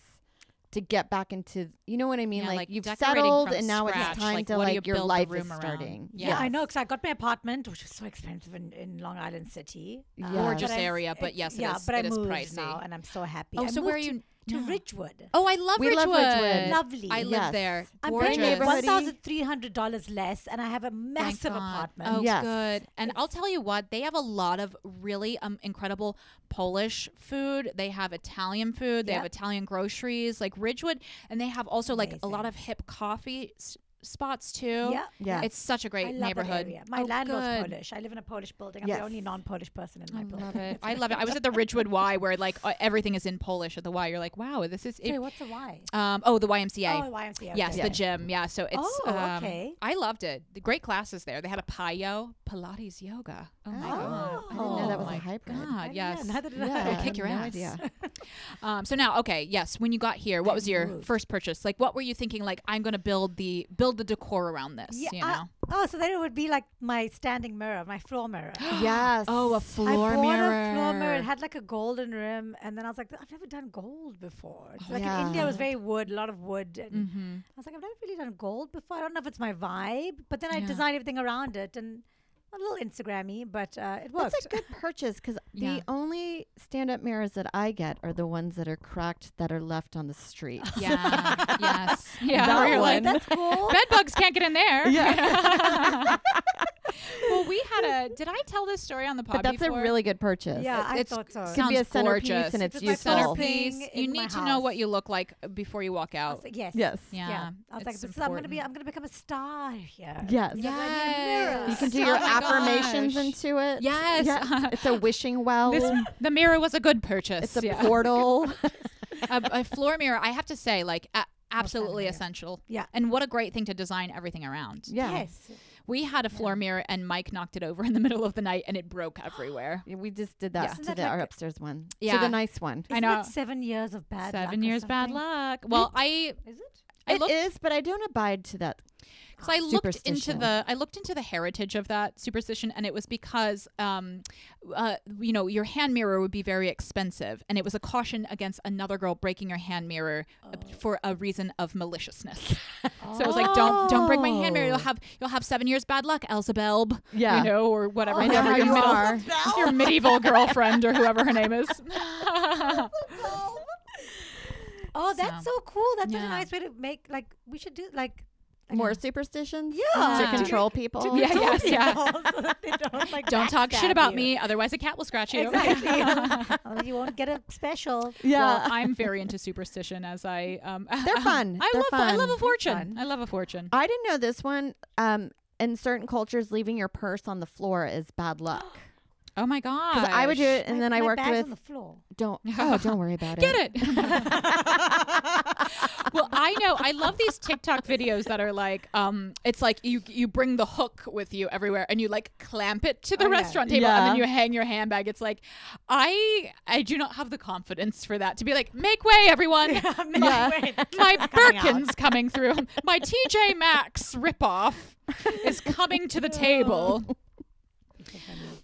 S4: to get back into? You know what I mean?
S2: Yeah,
S4: like,
S2: like
S4: you've
S2: decorating
S4: settled,
S2: from
S4: and now
S2: scratch,
S4: it's time
S2: like,
S4: to
S2: what do you
S4: like your
S2: build the
S4: life is
S2: room around?
S4: starting.
S2: Yeah.
S3: Yeah, I know because I got my apartment, which was so expensive in, in Long Island City. Um,
S4: Gorgeous
S3: but I'm-
S2: area, but
S3: it's-
S2: yes, it
S3: yeah,
S2: is-
S3: but
S2: it
S3: I
S2: is
S3: moved
S2: pricey.
S3: now, and I'm so happy.
S2: Oh,
S3: I
S2: so where are
S3: moved
S2: you?
S3: to
S2: no.
S3: Ridgewood.
S2: Oh, I love
S4: We
S2: Ridgewood.
S4: love Ridgewood.
S3: Lovely.
S2: I live
S4: Yes.
S2: there.
S3: I'm
S2: Gorgeous.
S3: paying
S4: neighborhood.
S3: one thousand three hundred dollars less, and I have a massive
S2: God.
S3: apartment.
S2: Oh,
S4: Yes.
S2: good. And I'll tell you what, they have a lot of really um, incredible Polish food. They have Italian food. They have
S3: Yep.
S2: Italian groceries, like Ridgewood, and they have also like a lot
S3: Amazing.
S2: of hip coffee s- spots too.
S3: Yeah,
S4: Yeah.
S2: It's such a
S3: I
S2: great
S3: love that
S2: neighborhood.
S3: area. My
S2: Oh,
S3: landlord's
S2: good.
S3: Polish. I live in a Polish building. I'm
S4: Yes.
S3: the only non-Polish person in my
S2: I
S3: building.
S2: love it. I love it. I was at the Ridgewood Y where like uh, everything is in Polish at the Y. You're like, wow, this is.
S3: Sorry, what's a Y?
S2: um, oh, the YMCA.
S3: Oh, YMCA.
S2: Yes,
S3: okay.
S2: the gym. Yeah, so it's.
S3: Oh,
S2: um,
S3: okay.
S2: I loved it. The great classes there. They had a Payo Pilates yoga. Oh my god!
S4: I didn't know that was
S2: Oh
S4: a
S2: my
S4: hybrid.
S2: God,
S3: Yeah,
S2: yes.
S3: neither did I.
S4: Yeah,
S2: kick your
S4: no
S2: ass.
S4: idea.
S2: Um, so now, okay, yes. When you got here, what was your
S3: moved.
S2: first purchase? Like, what were you thinking? Like, I'm gonna build the build the decor around this. you know.
S3: I- oh, so then it would be like my standing mirror, my floor mirror.
S4: yes.
S2: oh, a floor
S3: I bought
S2: mirror.
S3: a floor mirror. It had like a golden rim, and then I was like, I've never done gold before. It's like in India, it was very wood, a lot of wood, and
S2: mm-hmm.
S3: I was like, I've never really done gold before. I don't know if it's my vibe, but then I
S2: Yeah.
S3: designed everything around it, and a little Instagrammy, but uh, it worked.
S4: That's a good purchase because
S2: Yeah.
S4: the only stand-up mirrors that I get are the ones that are cracked that are left on the street.
S2: Yeah. yes. Yeah.
S4: That
S2: really.
S4: one.
S3: That's cool.
S2: Bed bugs can't get in there. Yeah. well, we had a. Did I tell this story on the pod
S4: but that's
S2: before?
S4: a really good purchase.
S3: yeah, I
S2: it's-
S3: thought so.
S4: Could be a
S2: Sounds
S4: centerpiece
S2: gorgeous.
S4: and
S2: It's
S4: it's,
S3: just my
S4: useful.
S3: phone.
S2: centerpiece.
S3: Thing
S2: You
S3: in
S2: need
S3: my
S2: to know what
S3: house.
S2: you look like before you walk
S3: I was
S2: out.
S3: like, yes.
S4: Yes.
S2: Yeah.
S3: I was like,
S2: it's
S3: this is, I'm gonna be,
S2: important.
S3: I'm gonna become a star here.
S4: Yes.
S3: Yeah. mirror.
S4: You can do
S2: Oh
S4: your
S2: my
S4: affirmations
S2: gosh.
S4: into it.
S2: Yes.
S4: It's a wishing well.
S2: This, the mirror was a good purchase.
S4: it's a
S2: Yeah.
S4: portal.
S2: a, a floor mirror. I have to say, like, a- absolutely
S3: mirror.
S2: essential.
S3: Yeah.
S2: And what a great thing to design everything around.
S4: yeah.
S3: Yes.
S2: We had a floor mirror, and Mike knocked it over in the middle of the night, and it broke everywhere.
S4: We just did that
S3: Isn't
S4: to
S3: that
S4: the,
S3: like
S4: our
S3: a-
S4: upstairs one.
S2: Yeah.
S4: To the nice one.
S2: I
S3: Isn't
S2: know.
S3: that seven years of bad luck.
S2: Seven
S3: or
S2: years bad
S3: something?
S2: luck. Well, I
S3: Is it?
S2: I
S4: It
S2: looked
S4: is, but I don't abide to that.
S2: So I looked into
S4: Superstition.
S2: the I looked into the heritage of that superstition, and it was because, um, uh, you know, your hand mirror would be very expensive, and it was a caution against another girl breaking your hand mirror uh,
S4: Oh.
S2: for a reason of maliciousness. so it was like, don't don't break my hand mirror. You'll
S4: Oh.
S2: have you'll have seven years bad luck, Elzebub.
S4: Yeah.
S2: you know, or whatever.
S4: I know
S2: whoever
S4: how
S2: your
S4: you
S2: middle-
S4: are.
S2: Your medieval girlfriend or whoever her name is.
S3: Oh, that's
S2: So,
S3: so, cool. That's such
S2: yeah.
S3: a nice way to make like we should do like like-
S4: More superstitions?
S3: Yeah.
S4: To
S2: Yeah.
S4: control people?
S2: Yeah,
S3: Tell
S2: yes, yeah.
S3: people so that they don't like
S2: Don't talk
S3: backstab
S2: shit about
S3: you.
S2: me, otherwise a cat will scratch you.
S3: Exactly. Well, you won't get a special.
S4: Yeah.
S2: Well, I'm very into superstition as I um
S4: Uh, They're fun.
S2: I
S4: They're
S2: love I love a
S4: fun. Uh,
S2: fortune.
S3: fun.
S2: I love a fortune.
S4: I didn't know this one. Um, in certain cultures, leaving your purse on the floor is bad luck.
S2: Oh my god.
S4: Because I would do it, and then I
S3: my
S4: worked
S3: bag's
S4: with.
S3: on the floor.
S4: Don't oh, don't worry about
S2: Get
S4: it.
S2: it. well, I know. I love these TikTok videos that are like, um, it's like you you bring the hook with you everywhere, and you like clamp it to the
S3: Oh, yeah.
S2: restaurant table, and then
S4: Yeah.
S2: you hang your handbag. It's like, I I do not have the confidence for that to be like, make way, everyone.
S3: yeah.
S2: My Birkin's coming through. My TJ Maxx ripoff is coming to the table.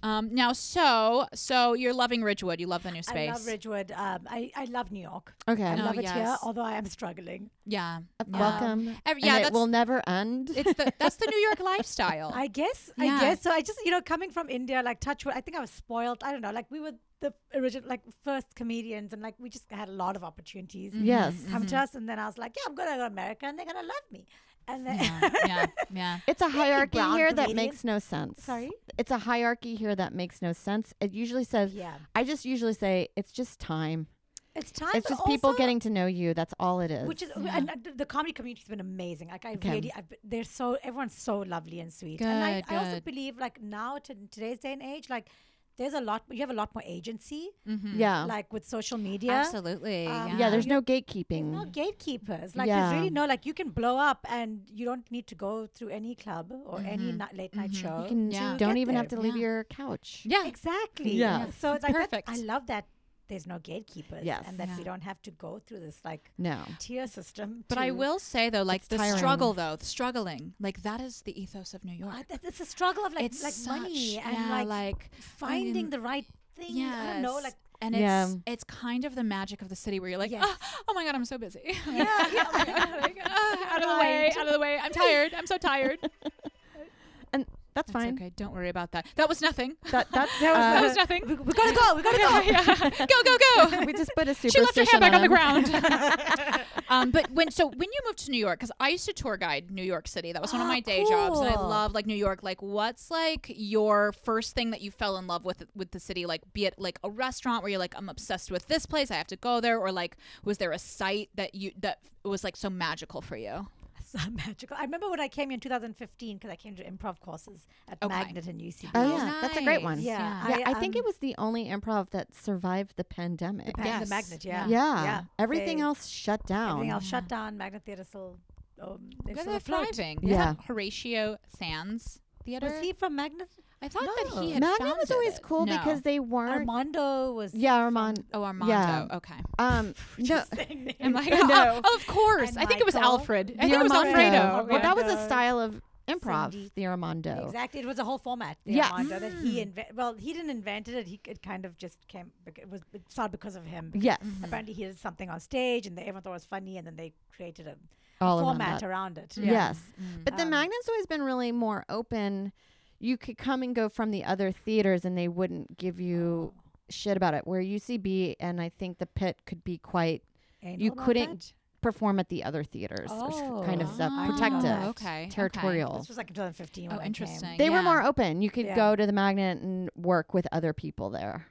S2: Um, now, so so you're loving Ridgewood. You love the new
S3: I
S2: space.
S3: love Ridgewood. Um, I, I love New York. I
S4: Okay.
S2: No,
S3: love it here,
S2: yes.
S3: although I am struggling.
S2: Yeah. yeah.
S4: Welcome.
S2: Every- yeah,
S4: yeah, and
S2: that's-
S4: it will never end.
S2: It's the that's the New York lifestyle.
S3: I guess.
S2: Oh. Yeah.
S3: I guess. So I just, you know, coming from India, like Touchwood, I think I was spoiled. I don't know. Like we were the original, like first comedians, and like we just had a lot of opportunities
S2: Mm-hmm.
S4: yes.
S3: come to us. And then I was like, yeah, I'm going to go to America, and they're going to love me. And then,
S2: yeah, yeah, yeah.
S4: It's a hierarchy
S3: brown
S4: here that
S3: comedian.
S4: makes no sense.
S3: Sorry?
S4: It's a hierarchy here that makes no sense. It usually says
S3: yeah,
S4: I just usually say it's just time.
S3: it's time.
S4: It's
S3: but
S4: just people
S3: also-
S4: getting to know you. That's all it is.
S3: Which is and, uh, th- the comedy community has been amazing. Like I
S4: Okay.
S3: really, I've, been- they're so everyone's so lovely and sweet. and I,
S2: Good,
S3: I also
S2: good.
S3: believe like now to today's day and age, like there's a lot. You have a lot more agency,
S2: Mm-hmm.
S4: yeah.
S3: like with social media.
S2: Absolutely.
S3: Um,
S4: Mm, yeah, there's no
S3: There's
S4: gatekeeping.
S3: no gatekeepers. Like
S4: Yeah.
S3: there's really no like you can blow up and you don't need to go through any club or any ni- late night show.
S4: Mm-hmm. you can
S2: Yeah.
S4: don't
S3: get
S4: even
S3: there.
S4: have to leave
S2: Yeah.
S4: your couch.
S2: yeah.
S3: Exactly.
S4: Yeah.
S2: Yes.
S3: So it's like that's-
S2: Perfect.
S3: I love that there's no gatekeepers.
S4: Yes.
S3: And that we
S2: Yeah.
S3: don't have to go through this like
S4: No.
S3: tier system.
S2: But I
S3: to-
S2: will say though, like
S4: It's
S2: the
S4: tiring.
S2: struggle though, the struggling, like that is the ethos of New York.
S3: Uh, that- it's a struggle of like
S2: it's
S3: like
S2: such-
S3: money and
S2: yeah,
S3: like,
S2: like
S3: finding
S2: friggin-
S3: the right thing.
S2: Yes.
S3: I don't know, like
S2: and
S4: Yeah.
S2: it's it's kind of the magic of the city where you're like,
S3: Yes.
S2: "Ah, oh my god, I'm so busy.
S3: yeah, yeah, like,
S2: Like, ah, out of the way,
S3: Right.
S2: out of the way. I'm tired. I'm so tired. That's
S4: And that's fine.
S2: okay. Don't worry about that. That was nothing.
S4: That that's
S2: that
S4: uh,
S2: was nothing.
S3: we, we gotta go, we gotta go.
S2: Yeah, yeah. Go go go.
S4: we just put a superstition
S2: she left her handbag on the
S4: him.
S2: ground. um, but when so when you moved to New York, because I used to tour guide New York City. That was one of
S3: Ah,
S2: my day jobs, and I
S3: cool.
S2: love like New York. Like, what's like your first thing that you fell in love with with the city? Like, be it like a restaurant where you're like, I'm obsessed with this place. I have to go there, or like, was there a site that you that was like so magical for you?
S3: So magical. I remember when I came here in 2015 because I came to improv courses at
S2: Okay.
S3: Magnet and UCB.
S4: Oh, yeah. That's a great one.
S3: Yeah.
S4: Yeah, I,
S3: I,
S4: think
S3: um,
S4: it was the only improv that survived the pandemic.
S3: Pa-
S2: Yes.
S3: The Magnet,
S2: Yeah.
S3: yeah.
S4: yeah.
S3: Yeah.
S4: Everything
S3: They-
S4: else shut down.
S3: Everything else shut down. Magnet Theatre still. Um, they're
S2: Because
S3: still
S2: they're
S3: afloat.
S2: thriving.
S4: Yeah.
S2: Is that Horatio Sands Theater.
S3: Was he from Magnet?
S2: I thought that
S3: No.
S2: he had
S4: Magnet was
S2: founded
S4: always
S2: it.
S4: cool
S2: No.
S4: because they weren't.
S3: Armando was.
S4: Yeah, Armand.
S2: Oh, Armando.
S4: Yeah.
S2: Okay.
S4: Um, no,
S2: I'm like,
S4: I know.
S2: "Oh, of course.
S3: And
S2: I think it was
S3: Michael.
S2: Alfred. I
S4: the
S2: think it was
S4: Armando.
S2: Alfredo.
S4: Well, that was a
S3: Armando.
S4: style of improv,
S3: Cindy.
S4: the Armando.
S3: Exactly. It was a whole format. The
S4: Yeah.
S3: Armando that he
S2: Hmm.
S3: invented. Well, he didn't invent it. He it kind of just came. bec- It was it started because of him.
S4: Yes,
S3: Apparently, he did something on stage, and they, everyone thought it was funny, and then they created a
S4: all around
S3: format
S4: that.
S3: around it.
S4: Yes, but the
S3: Um,
S4: Magnet's always been really more open. You could come and go from the other theaters, and they wouldn't give you
S2: Oh.
S4: shit about it. Where UCB and I think the Pit could be quite
S3: Ain't
S4: you
S3: all about
S4: couldn't
S3: that.
S4: perform at the other theaters, or s- kind of
S3: Oh.
S4: stuff,
S3: I didn't know
S4: protective,
S3: that.
S2: Ah, Okay, okay.
S4: territorial.
S3: This was like in 2015. when
S2: Oh,
S3: I came.
S2: interesting.
S4: They were
S2: Yeah.
S4: more open. You could
S3: Yeah.
S4: go to the Magnet and work with other people there.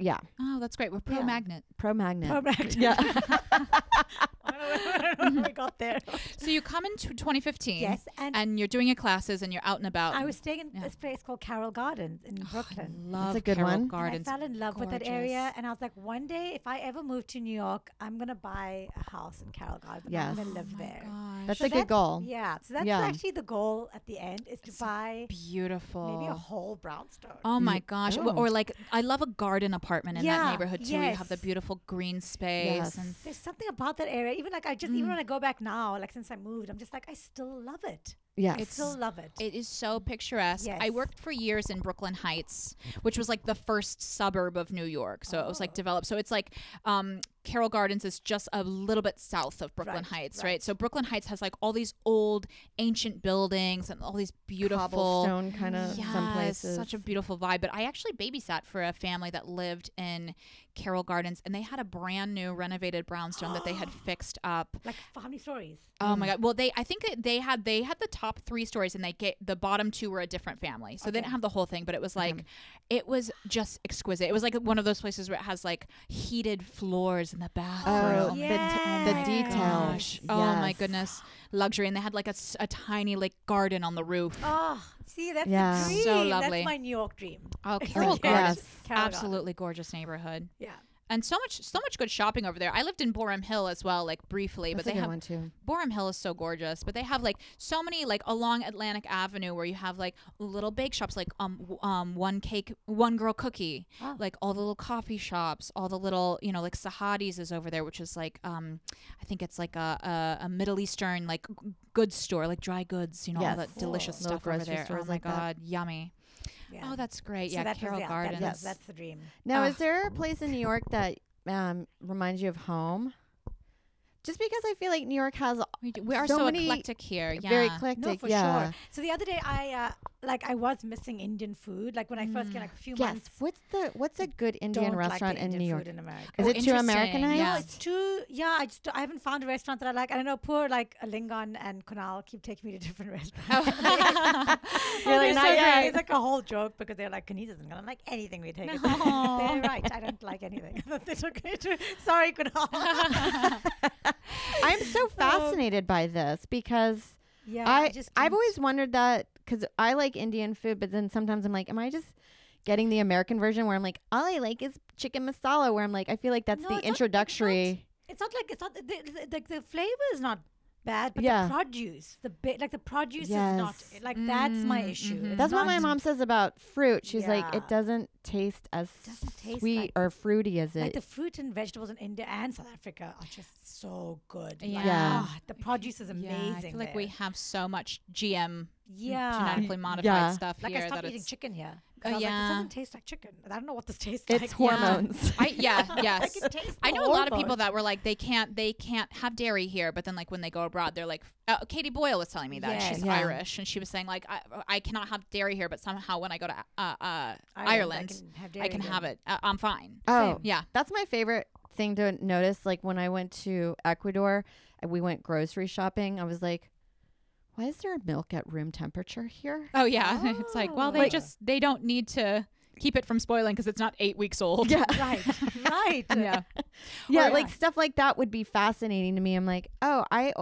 S4: Yeah,
S2: Oh, that's great. We're pro
S3: Yeah.
S2: magnet.
S4: pro Magnet.
S3: Correct.
S4: Yeah.
S3: I don't know how we got there.
S2: So you come into 2015.
S3: Yes, and-
S2: you're doing your classes and you're out and
S4: um,
S2: about.
S3: I was staying in
S2: Yeah.
S3: this place called Carroll Gardens in
S2: Oh, I
S3: Brooklyn.
S2: love
S4: a good
S2: Carroll
S4: one. And I
S2: Gardens.
S3: And I fell in love with that area,
S2: Gorgeous.
S3: and I was like, one day, if I ever move to New York, I'm gonna buy a house in Carroll Gardens. and I'm
S4: Yes.
S3: gonna
S4: Oh
S3: live
S2: Oh my
S3: there.
S2: gosh.
S4: That's
S3: So
S4: a good
S3: that-
S4: goal.
S3: Yeah, so that's
S4: Yeah.
S3: actually the goal at the end is to buy
S2: beautiful.
S3: maybe a whole brownstone.
S2: Oh my
S4: Ye-
S2: gosh. W-
S4: oh.
S2: Or like I love a garden apartment in that
S3: Yeah,
S2: neighborhood too. where You have the
S3: yes.
S2: beautiful green space
S4: Yes.
S2: and
S3: There's something about that area. Even like I just,
S4: Mm.
S3: even when I go back now, like since I moved, I'm just like I still love it.
S4: Yes.
S3: I still love it.
S2: It is so picturesque. I
S3: Yes.
S2: worked for years in Brooklyn Heights, which was like the first suburb of New York. So it was
S3: Oh.
S2: like developed. So it's like um, Carroll Gardens is just a little bit south of Brooklyn
S3: Right,
S2: Heights, right.
S3: right.
S2: So Brooklyn Heights has like all these old ancient buildings and all these beautiful
S4: Cobblestone kind of
S2: yeah,
S4: some
S2: it's
S4: places.
S2: Such a beautiful vibe. But I actually babysat for a family that lived in Carroll Gardens and they had a brand new renovated brownstone that they had fixed up.
S3: like for how many stories?
S2: Oh
S4: Mm.
S2: my god. Well, they I think that they had they had the top 3 stories and they get the bottom two were a different family. So they didn't have the whole thing, but it was like it was just exquisite. It was like one of those places where it has like heated floors in the bathroom.
S4: Oh, the,
S3: Yeah.
S4: the details.
S2: Gosh. Oh my
S4: Yes.
S2: goodness. Luxury and they had like a, s- a tiny like garden on the roof.
S3: Oh, See, that's
S4: Yeah.
S3: the dream.
S2: So lovely.
S3: That's my New York dream.
S2: Oh,
S3: It's
S2: Carol
S3: like,
S2: Garden.
S4: Yes.
S3: Carol Garden.
S2: Absolutely gorgeous neighborhood.
S3: Yeah.
S4: Oh,
S2: And so much so much good shopping over there. I lived in Boreham Hill as well, like briefly,
S4: That's
S2: but
S4: a
S2: they
S4: good
S2: have
S4: one too.
S2: Boreham Hill is so gorgeous, but they have like so many like along Atlantic Avenue where you have like little bake shops, like um w- um one cake, one girl cookie,
S4: Ah.
S3: Oh.
S2: like all the little coffee shops, all the little you know like Sahadis is over there, which is like um I think it's like a a, a Middle Eastern like g- goods store, like dry goods, you know all
S4: Yes.
S2: that delicious
S4: Cool. Little
S2: stuff over
S4: grocery
S2: there. Oh
S4: stores
S2: my
S4: like that.
S2: god, yummy!
S3: Yeah.
S2: Oh, that's great.
S3: So
S2: yeah,
S3: that was-
S2: Carol
S3: yeah, that
S2: Gardens.
S3: was-
S4: Yes.
S3: That's the dream.
S4: Now,
S2: Ugh.
S4: is there a place in New York that um, reminds you of home? Just because I feel like New York has
S2: we, do, we are
S4: so
S2: so,
S4: many-
S2: eclectic here. Yeah.
S4: very eclectic.
S3: No, for
S4: yeah.
S3: sure. So the other day, I uh, like I was missing Indian food. Like when I first came, like a few
S4: Mm. Yes.
S3: months.
S4: What's the what's a good
S3: Don't
S4: Indian
S3: like
S4: restaurant
S3: the Indian
S4: in New York?
S3: food in America.
S4: Is
S2: Oh,
S4: it too
S2: interesting.
S4: Americanized?
S2: Yeah.
S3: It's too yeah. I just I haven't found a restaurant that I like. I don't know. Poor like Lingon and Kunal keep taking me to different restaurants.
S4: Oh. Really
S3: It's
S4: not
S3: so
S4: yet.
S3: great. It's like a whole joke because they're like, Kunal doesn't gonna like anything we take. it to." They're right. I don't like anything. they took me to. Sorry, Kunal.
S4: I'm
S3: Oh.
S4: so fascinated by this because
S3: yeah,
S4: I I've
S3: didn't-
S4: always wondered that because I like Indian food, but then sometimes I'm like, am I just getting the American version where I'm like, all I like is chicken masala, where I'm like, I feel like that's
S3: No,
S4: the
S3: it's not- it's not-
S4: introductory.
S3: It's not like it's not the, the, the, the flavor is not bad, but
S4: Yeah.
S3: the produce, the bit like the produce is not
S4: Yes. Mm-hmm.
S3: like that's my
S2: Mm,
S3: issue.
S2: mhm.
S3: It's
S4: That's what my
S3: not-
S4: mom says about fruit. She's like,
S3: Yeah.
S4: it doesn't taste as
S3: Doesn't taste
S4: sweet
S3: like-
S4: or fruity as
S3: Like
S4: it.
S3: the fruit and vegetables in India and South Africa are just so good. Like,
S4: Yeah.
S3: ah, the produce is amazing.
S2: Yeah, I feel like we
S3: there.
S2: have so much GM
S3: yeah.
S2: genetically modified
S4: Yeah.
S2: stuff
S3: Like
S2: here
S3: I stopped
S2: that
S3: eating
S2: it's
S3: chicken here. 'cause
S2: Oh,
S3: I was like,
S2: yeah.
S3: this doesn't taste like chicken. I don't know what this tastes
S4: it's
S3: like.
S4: hormones.
S2: I yeah, yes.
S3: I can taste
S2: I
S3: the
S2: know a lot of people
S3: hormones.
S2: that were like they can't they can't have dairy here, but then like when they go abroad, they're like uh, Katie Boyle was telling me that
S3: Yes.
S2: she's
S4: Yeah.
S2: Irish and she was saying like I, I cannot have dairy here, but somehow when I go to uh, uh, Ireland,
S3: I can have,
S2: I
S3: dairy
S2: can
S3: here.
S2: have it. Uh, I'm fine.
S4: oh,
S2: Yeah.
S4: That's my favorite thing to notice. Like when I went to Ecuador, uh, we went grocery shopping. I was like, why is there milk at room temperature here?
S2: Oh yeah. it's like well they
S3: Like-
S2: just they don't need to keep it from spoiling because it's not eight weeks old.
S4: Yeah.
S3: Right, right.
S2: yeah.
S4: Yeah,
S3: yeah.
S4: like stuff like that would be fascinating to me. I'm like, oh, I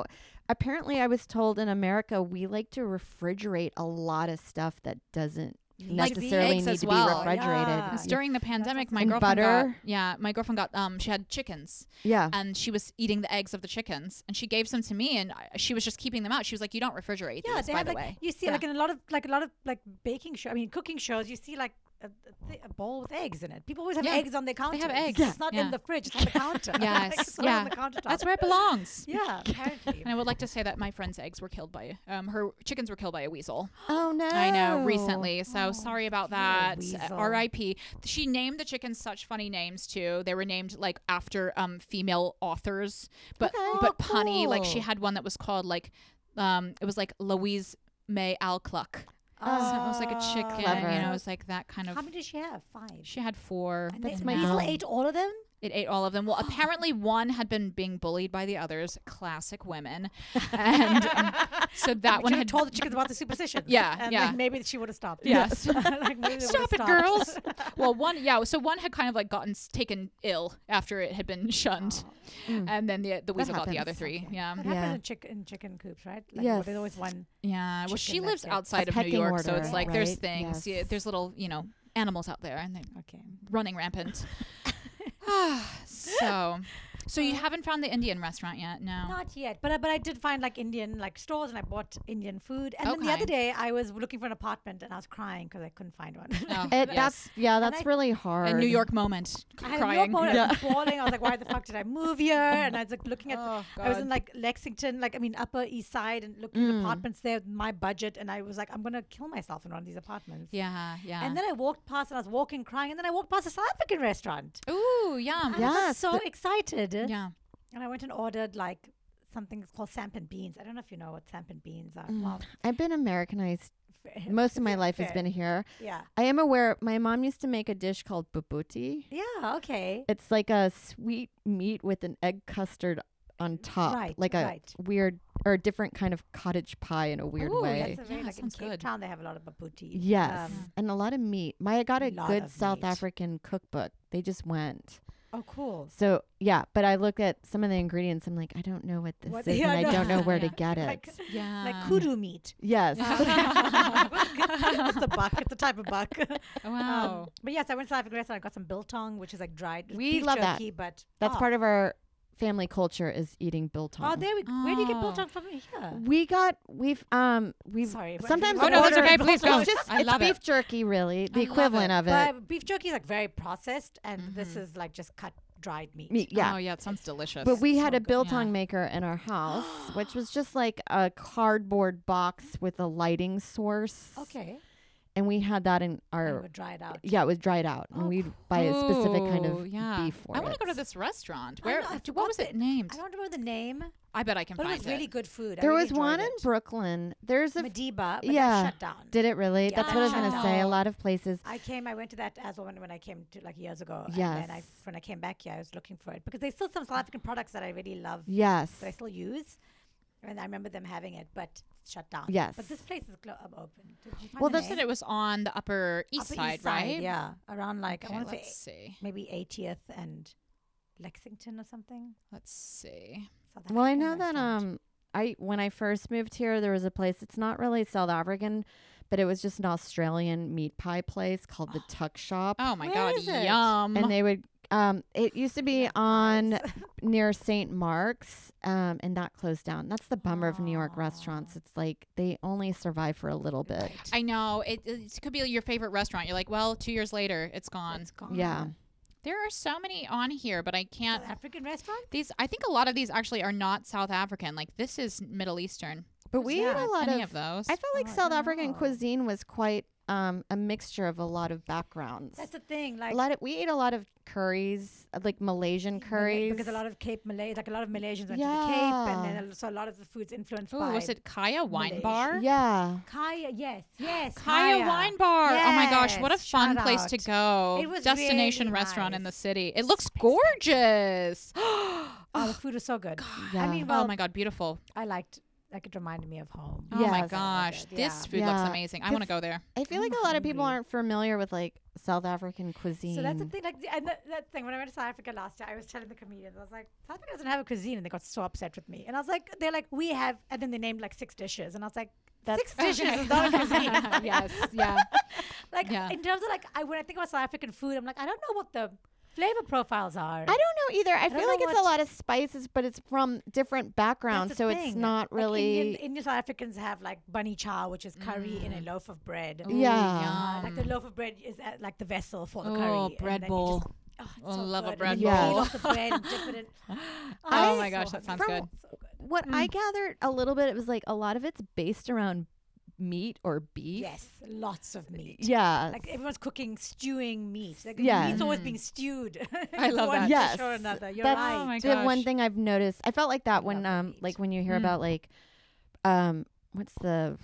S4: apparently I was told in America we like to refrigerate a lot of stuff that doesn't
S2: Like the
S4: necessarily
S2: eggs
S4: need
S2: as
S4: to be
S2: well.
S4: refrigerated.
S3: Yeah.
S4: Yeah.
S2: Because during the pandemic, my
S4: And
S2: girlfriend got,
S4: butter.
S2: yeah, my girlfriend got um she had chickens and she was eating the eggs of the chickens and she gave some to me and I, she was just keeping them out she was like you don't refrigerate
S3: Yeah,
S2: these
S3: they
S2: by
S3: have
S2: the
S3: like
S2: way
S3: you see
S2: Yeah.
S3: like in a lot of like a lot of like baking show. I mean, cooking shows. You see like a, a, thi- a bowl with eggs in it. People always have
S2: Yeah.
S3: eggs on their counter.
S2: eggs. Yeah.
S3: It's not
S2: Yeah.
S3: in the fridge. It's on the counter. Like,
S2: Yes,
S3: it's not on
S2: yeah.
S3: the countertop.
S2: that's where it belongs
S3: Yeah, apparently.
S2: and i would like to say that my friend's eggs were killed by um her chickens were killed by a weasel
S4: Oh no.
S2: i know recently so sorry about that
S3: Oh, weasel.
S2: Uh, rip she named the chickens such funny names too they were named like after um female authors but
S4: Okay.
S2: but
S4: Oh,
S2: punny like she
S4: cool.
S2: had one that was called like um it was like louise may alcluck so it was like a chicken you know it
S4: Ah, Clever.
S2: was like that kind of
S3: How many did she have? Five.
S2: She had four.
S3: And
S4: That's
S3: they-
S4: my
S3: Weasel
S4: mom.
S3: ate all of them.
S2: It ate all of them. Well, apparently one had been being bullied by the others. Classic women. And um, so that one
S3: She
S2: had
S3: told the chickens about the superstition.
S2: Yeah,
S3: and
S2: yeah.
S3: Then maybe she would have stopped.
S2: Yes.
S3: Like, maybe they
S2: Stop
S3: would've
S2: it,
S3: stopped.
S2: girls. well, one, yeah. So one had kind of like gotten s- taken ill after it had been shunned, and then the the weasel got the
S4: happens.
S2: other three. Yeah,
S3: That
S4: Yeah.
S3: happens in chicken in chicken coops, right? Like, well,
S4: Yes.
S3: There's always one.
S2: yeah. Well, she
S3: Chicken,
S2: lives
S3: that's it. A
S2: outside of New
S4: pecking
S2: York, so it's
S4: order,
S2: like there's
S4: right?
S2: things. Yeah,
S4: Yes.
S2: there's little, you know, animals out there, and they're
S3: Okay.
S2: running rampant. Ah, so, so you haven't found the Indian restaurant yet? No.
S3: Not yet, but I- but I did find like Indian like stores, and I bought Indian food. And then the
S2: Okay.
S3: other day, I was looking for an apartment, and I was crying because I couldn't find one.
S2: Oh,
S4: It,
S2: yes.
S4: That's yeah, that's
S3: I-
S4: really hard.
S2: a New York moment.
S3: I had
S2: crying.
S3: a moment, I was bawling. I was like, "Why the fuck did I move here?" And I was like looking at.
S2: Oh,
S3: I was in like Lexington, like I mean Upper East Side, and looking
S4: Mm.
S3: at apartments there. with My budget, and I was like, "I'm gonna kill myself in one of these apartments."
S2: yeah, yeah.
S3: And then I walked past, and I was walking, crying, and then I walked past a South African restaurant.
S2: ooh, yum.
S3: And
S2: Yeah.
S3: I was
S4: Yes,
S3: just so
S4: the-
S3: excited.
S2: yeah.
S3: And I went and ordered like something called samp and beans. I don't know if you know what samp and beans
S4: Mm.
S3: are.
S4: I've been Americanized
S3: Well,
S4: most of my life has
S3: Fair.
S4: been here.
S3: yeah.
S4: I am aware my mom used to make a dish called bubuti.
S3: Yeah, okay.
S4: It's like a sweet meat with an egg custard on top,
S3: Right,
S4: Uh, like a
S3: right.
S4: weird or a different kind of cottage pie in a weird
S2: Ooh,
S4: way.
S3: That's a very,
S2: Yeah,
S3: like in
S2: sounds
S3: Cape
S2: good.
S3: Town, they have a lot of babuti.
S4: Yes,
S3: Um,
S4: and a lot of meat. My I got a
S3: Lot
S4: good
S3: of
S4: South
S3: meat.
S4: African cookbook. They just went.
S3: Oh, cool.
S4: So yeah, but I look at some of the ingredients. I'm like, I don't know what this
S3: What-
S4: is,
S3: yeah,
S4: and I
S3: no.
S4: don't know where to
S2: Yeah.
S4: get it.
S3: Like,
S2: Yeah.
S3: like kudu meat.
S4: yes.
S3: it's a buck. It's a type of buck. Um,
S2: Wow.
S3: but yes, I went to South Africa and I got some biltong, which is like dried.
S4: Oh. We
S3: beef
S4: love that.
S3: jerky, But
S4: That's
S3: oh.
S4: part of our family culture is eating biltong.
S3: Oh, there we. Where do you get
S2: Oh.
S3: biltong from? Here.
S4: we got we've um we've
S3: Sorry, but-
S4: sometimes
S2: Oh, no, that's
S4: ordered-
S2: okay. Please go.
S4: It's just
S2: I
S4: it's
S2: love
S4: beef
S2: it.
S4: jerky, really, the
S2: I love
S4: equivalent
S2: it.
S4: of it. Mm-hmm.
S3: But beef jerky is like very processed, and this is like just cut dried meat.
S4: Me- yeah.
S2: Oh, yeah. It sounds delicious.
S4: But we had
S2: So
S4: a
S2: good.
S4: biltong
S2: Yeah.
S4: maker in our house, which was just like a cardboard box with a lighting source.
S3: Okay.
S4: And we had that in
S3: And
S4: our
S3: it would dry it out.
S4: yeah, it was dried out, and
S3: Oh,
S4: we'd buy a specific kind
S2: Ooh,
S4: of
S2: yeah.
S4: beef for
S2: I
S4: want
S2: want to go to this restaurant.
S3: I
S2: Where?
S3: know, I
S2: what
S3: forgot
S2: was
S3: the-
S2: it named?
S3: I don't remember the name,
S2: I, bet I can
S3: but it
S2: find
S3: was really good food. I
S4: There
S3: really
S4: was one in
S3: enjoyed
S4: Brooklyn. There's a
S3: it. Madiba, but
S4: yeah.
S3: yeah. shut down.
S4: did it really? That's what I was
S2: Yeah.
S4: gonna say. A
S2: Oh.
S4: lot of places.
S3: I came, I went to that as well when, when I came to like years ago. And then I,
S4: Yes.
S3: when I came back here, I was looking for it because there's still some South African products that I really love
S4: Yes.
S3: that I still use. And I remember them having it, but it's shut down.
S4: Yes.
S3: But this place is clo- um, open. Did you find
S4: Well,
S3: the
S4: that's
S2: Said
S3: name?
S2: it was on the Upper East,
S3: Upper
S2: side,
S3: East Side,
S2: right?
S3: Yeah. Around like,
S2: Okay,
S3: I want to
S2: let's
S3: say
S2: see.
S3: maybe 80th and Lexington or something.
S2: Let's see.
S3: South
S4: Well, I
S3: African
S4: know that
S3: restaurant.
S4: um I when I first moved here there was a place it's not really South African but it was just an Australian meat pie place called the Tuck Shop
S2: Oh my
S3: Where
S2: God!
S3: is it?
S2: Yum.
S4: and they would um it used to be
S3: Yeah,
S4: on
S3: nice.
S4: near St. Mark's um and that closed down. That's the bummer of New York restaurants. It's like they only survive for a little bit.
S2: I know it, it could be your favorite restaurant. You're like, well, two years later, it's gone.
S3: It's gone.
S4: Yeah.
S2: There are so many on here, but I can't.
S3: South African restaurant?
S2: These, I think a lot of these actually are not South African. Like this is Middle Eastern.
S4: But we had a
S2: Yeah,
S4: lot
S2: any
S4: of,
S2: those.
S4: I felt like
S3: Oh, I
S4: South
S3: don't
S4: African
S3: know.
S4: cuisine was quite um a mixture of a lot of backgrounds.
S3: That's the thing. Like,
S4: a lot of we ate a lot of curries, uh, like Malaysian
S3: Malay-
S4: curries.
S3: because a lot of Cape Malay, like a lot of Malaysians went to the Cape,
S4: Yeah.
S3: and then so a lot of the food's influenced
S2: Ooh,
S3: by.
S2: was it Kaya Wine
S3: Malaysia.
S2: Bar?
S4: yeah,
S3: Kaya? Yes, yes.
S2: Kaya, Wine Bar. Oh my gosh, what a
S3: Yes,
S2: fun
S3: shout
S2: place to
S3: out.
S2: go.
S3: It was
S2: Destination
S3: really
S2: restaurant in the
S3: nice.
S2: city. It looks gorgeous.
S3: Oh, the food was so good.
S4: yeah.
S3: I mean, well,
S2: oh my god, beautiful.
S3: I liked. Like it reminded me of home.
S2: Oh my
S4: Yes.
S2: gosh.
S3: Yeah.
S2: This food looks
S4: Yeah.
S2: amazing. I want to go there.
S4: I feel like a lot of people aren't familiar with like South African cuisine.
S3: So that's the thing. Like, the- and that, that thing. When I went to South Africa last year, I was telling the comedians, I was like, South Africa doesn't have a cuisine, and they got so upset with me. And I was like, they're like, we have, and then they named like six dishes, and I was like, six dishes is not a cuisine.
S2: yes. Yeah.
S3: Like
S2: Yeah.
S3: in terms of like, I when I think about South African food, I'm like, I don't know what the flavor profiles are.
S4: I don't know either. I,
S3: don't
S4: feel like
S3: know
S4: it's a
S3: what-
S4: lot of spices, but it's from different backgrounds,
S3: That's the
S4: so it's
S3: thing.
S4: not
S3: Like,
S4: really. Mm.
S3: Indian, Indian South Africans have like bunny chow, which is curry in a loaf of bread.
S4: Oh
S2: Ooh,
S4: Yeah.
S3: Uh, like the
S2: yum.
S3: loaf of bread is uh, like the vessel for the
S2: Oh,
S3: curry. and
S2: bread
S3: then you
S2: bowl.
S3: Just, oh, it's
S2: Oh,
S3: so
S2: love a
S3: good. And
S2: bread
S3: you peel
S4: bowl.
S3: off the bread and dip it in.
S2: Oh
S3: I'm
S2: my
S3: so
S2: gosh, that sounds
S3: hungry.
S2: good.
S3: So good.
S4: what I gathered a little bit, it was like a lot of it's based around meat or beef.
S3: Yes, lots of meat.
S4: Yeah.
S3: Like everyone's cooking, stewing meat. Like
S4: Yeah.
S3: meat's always being stewed.
S2: I love
S3: One
S2: that.
S3: dish
S4: Yes.
S3: or another. You're
S4: That's
S3: right.
S2: Oh my
S4: the one
S2: gosh.
S4: thing I've noticed. I felt like that when
S3: Love
S4: um
S3: meat.
S4: like when you hear
S2: Mm.
S4: about like um what's the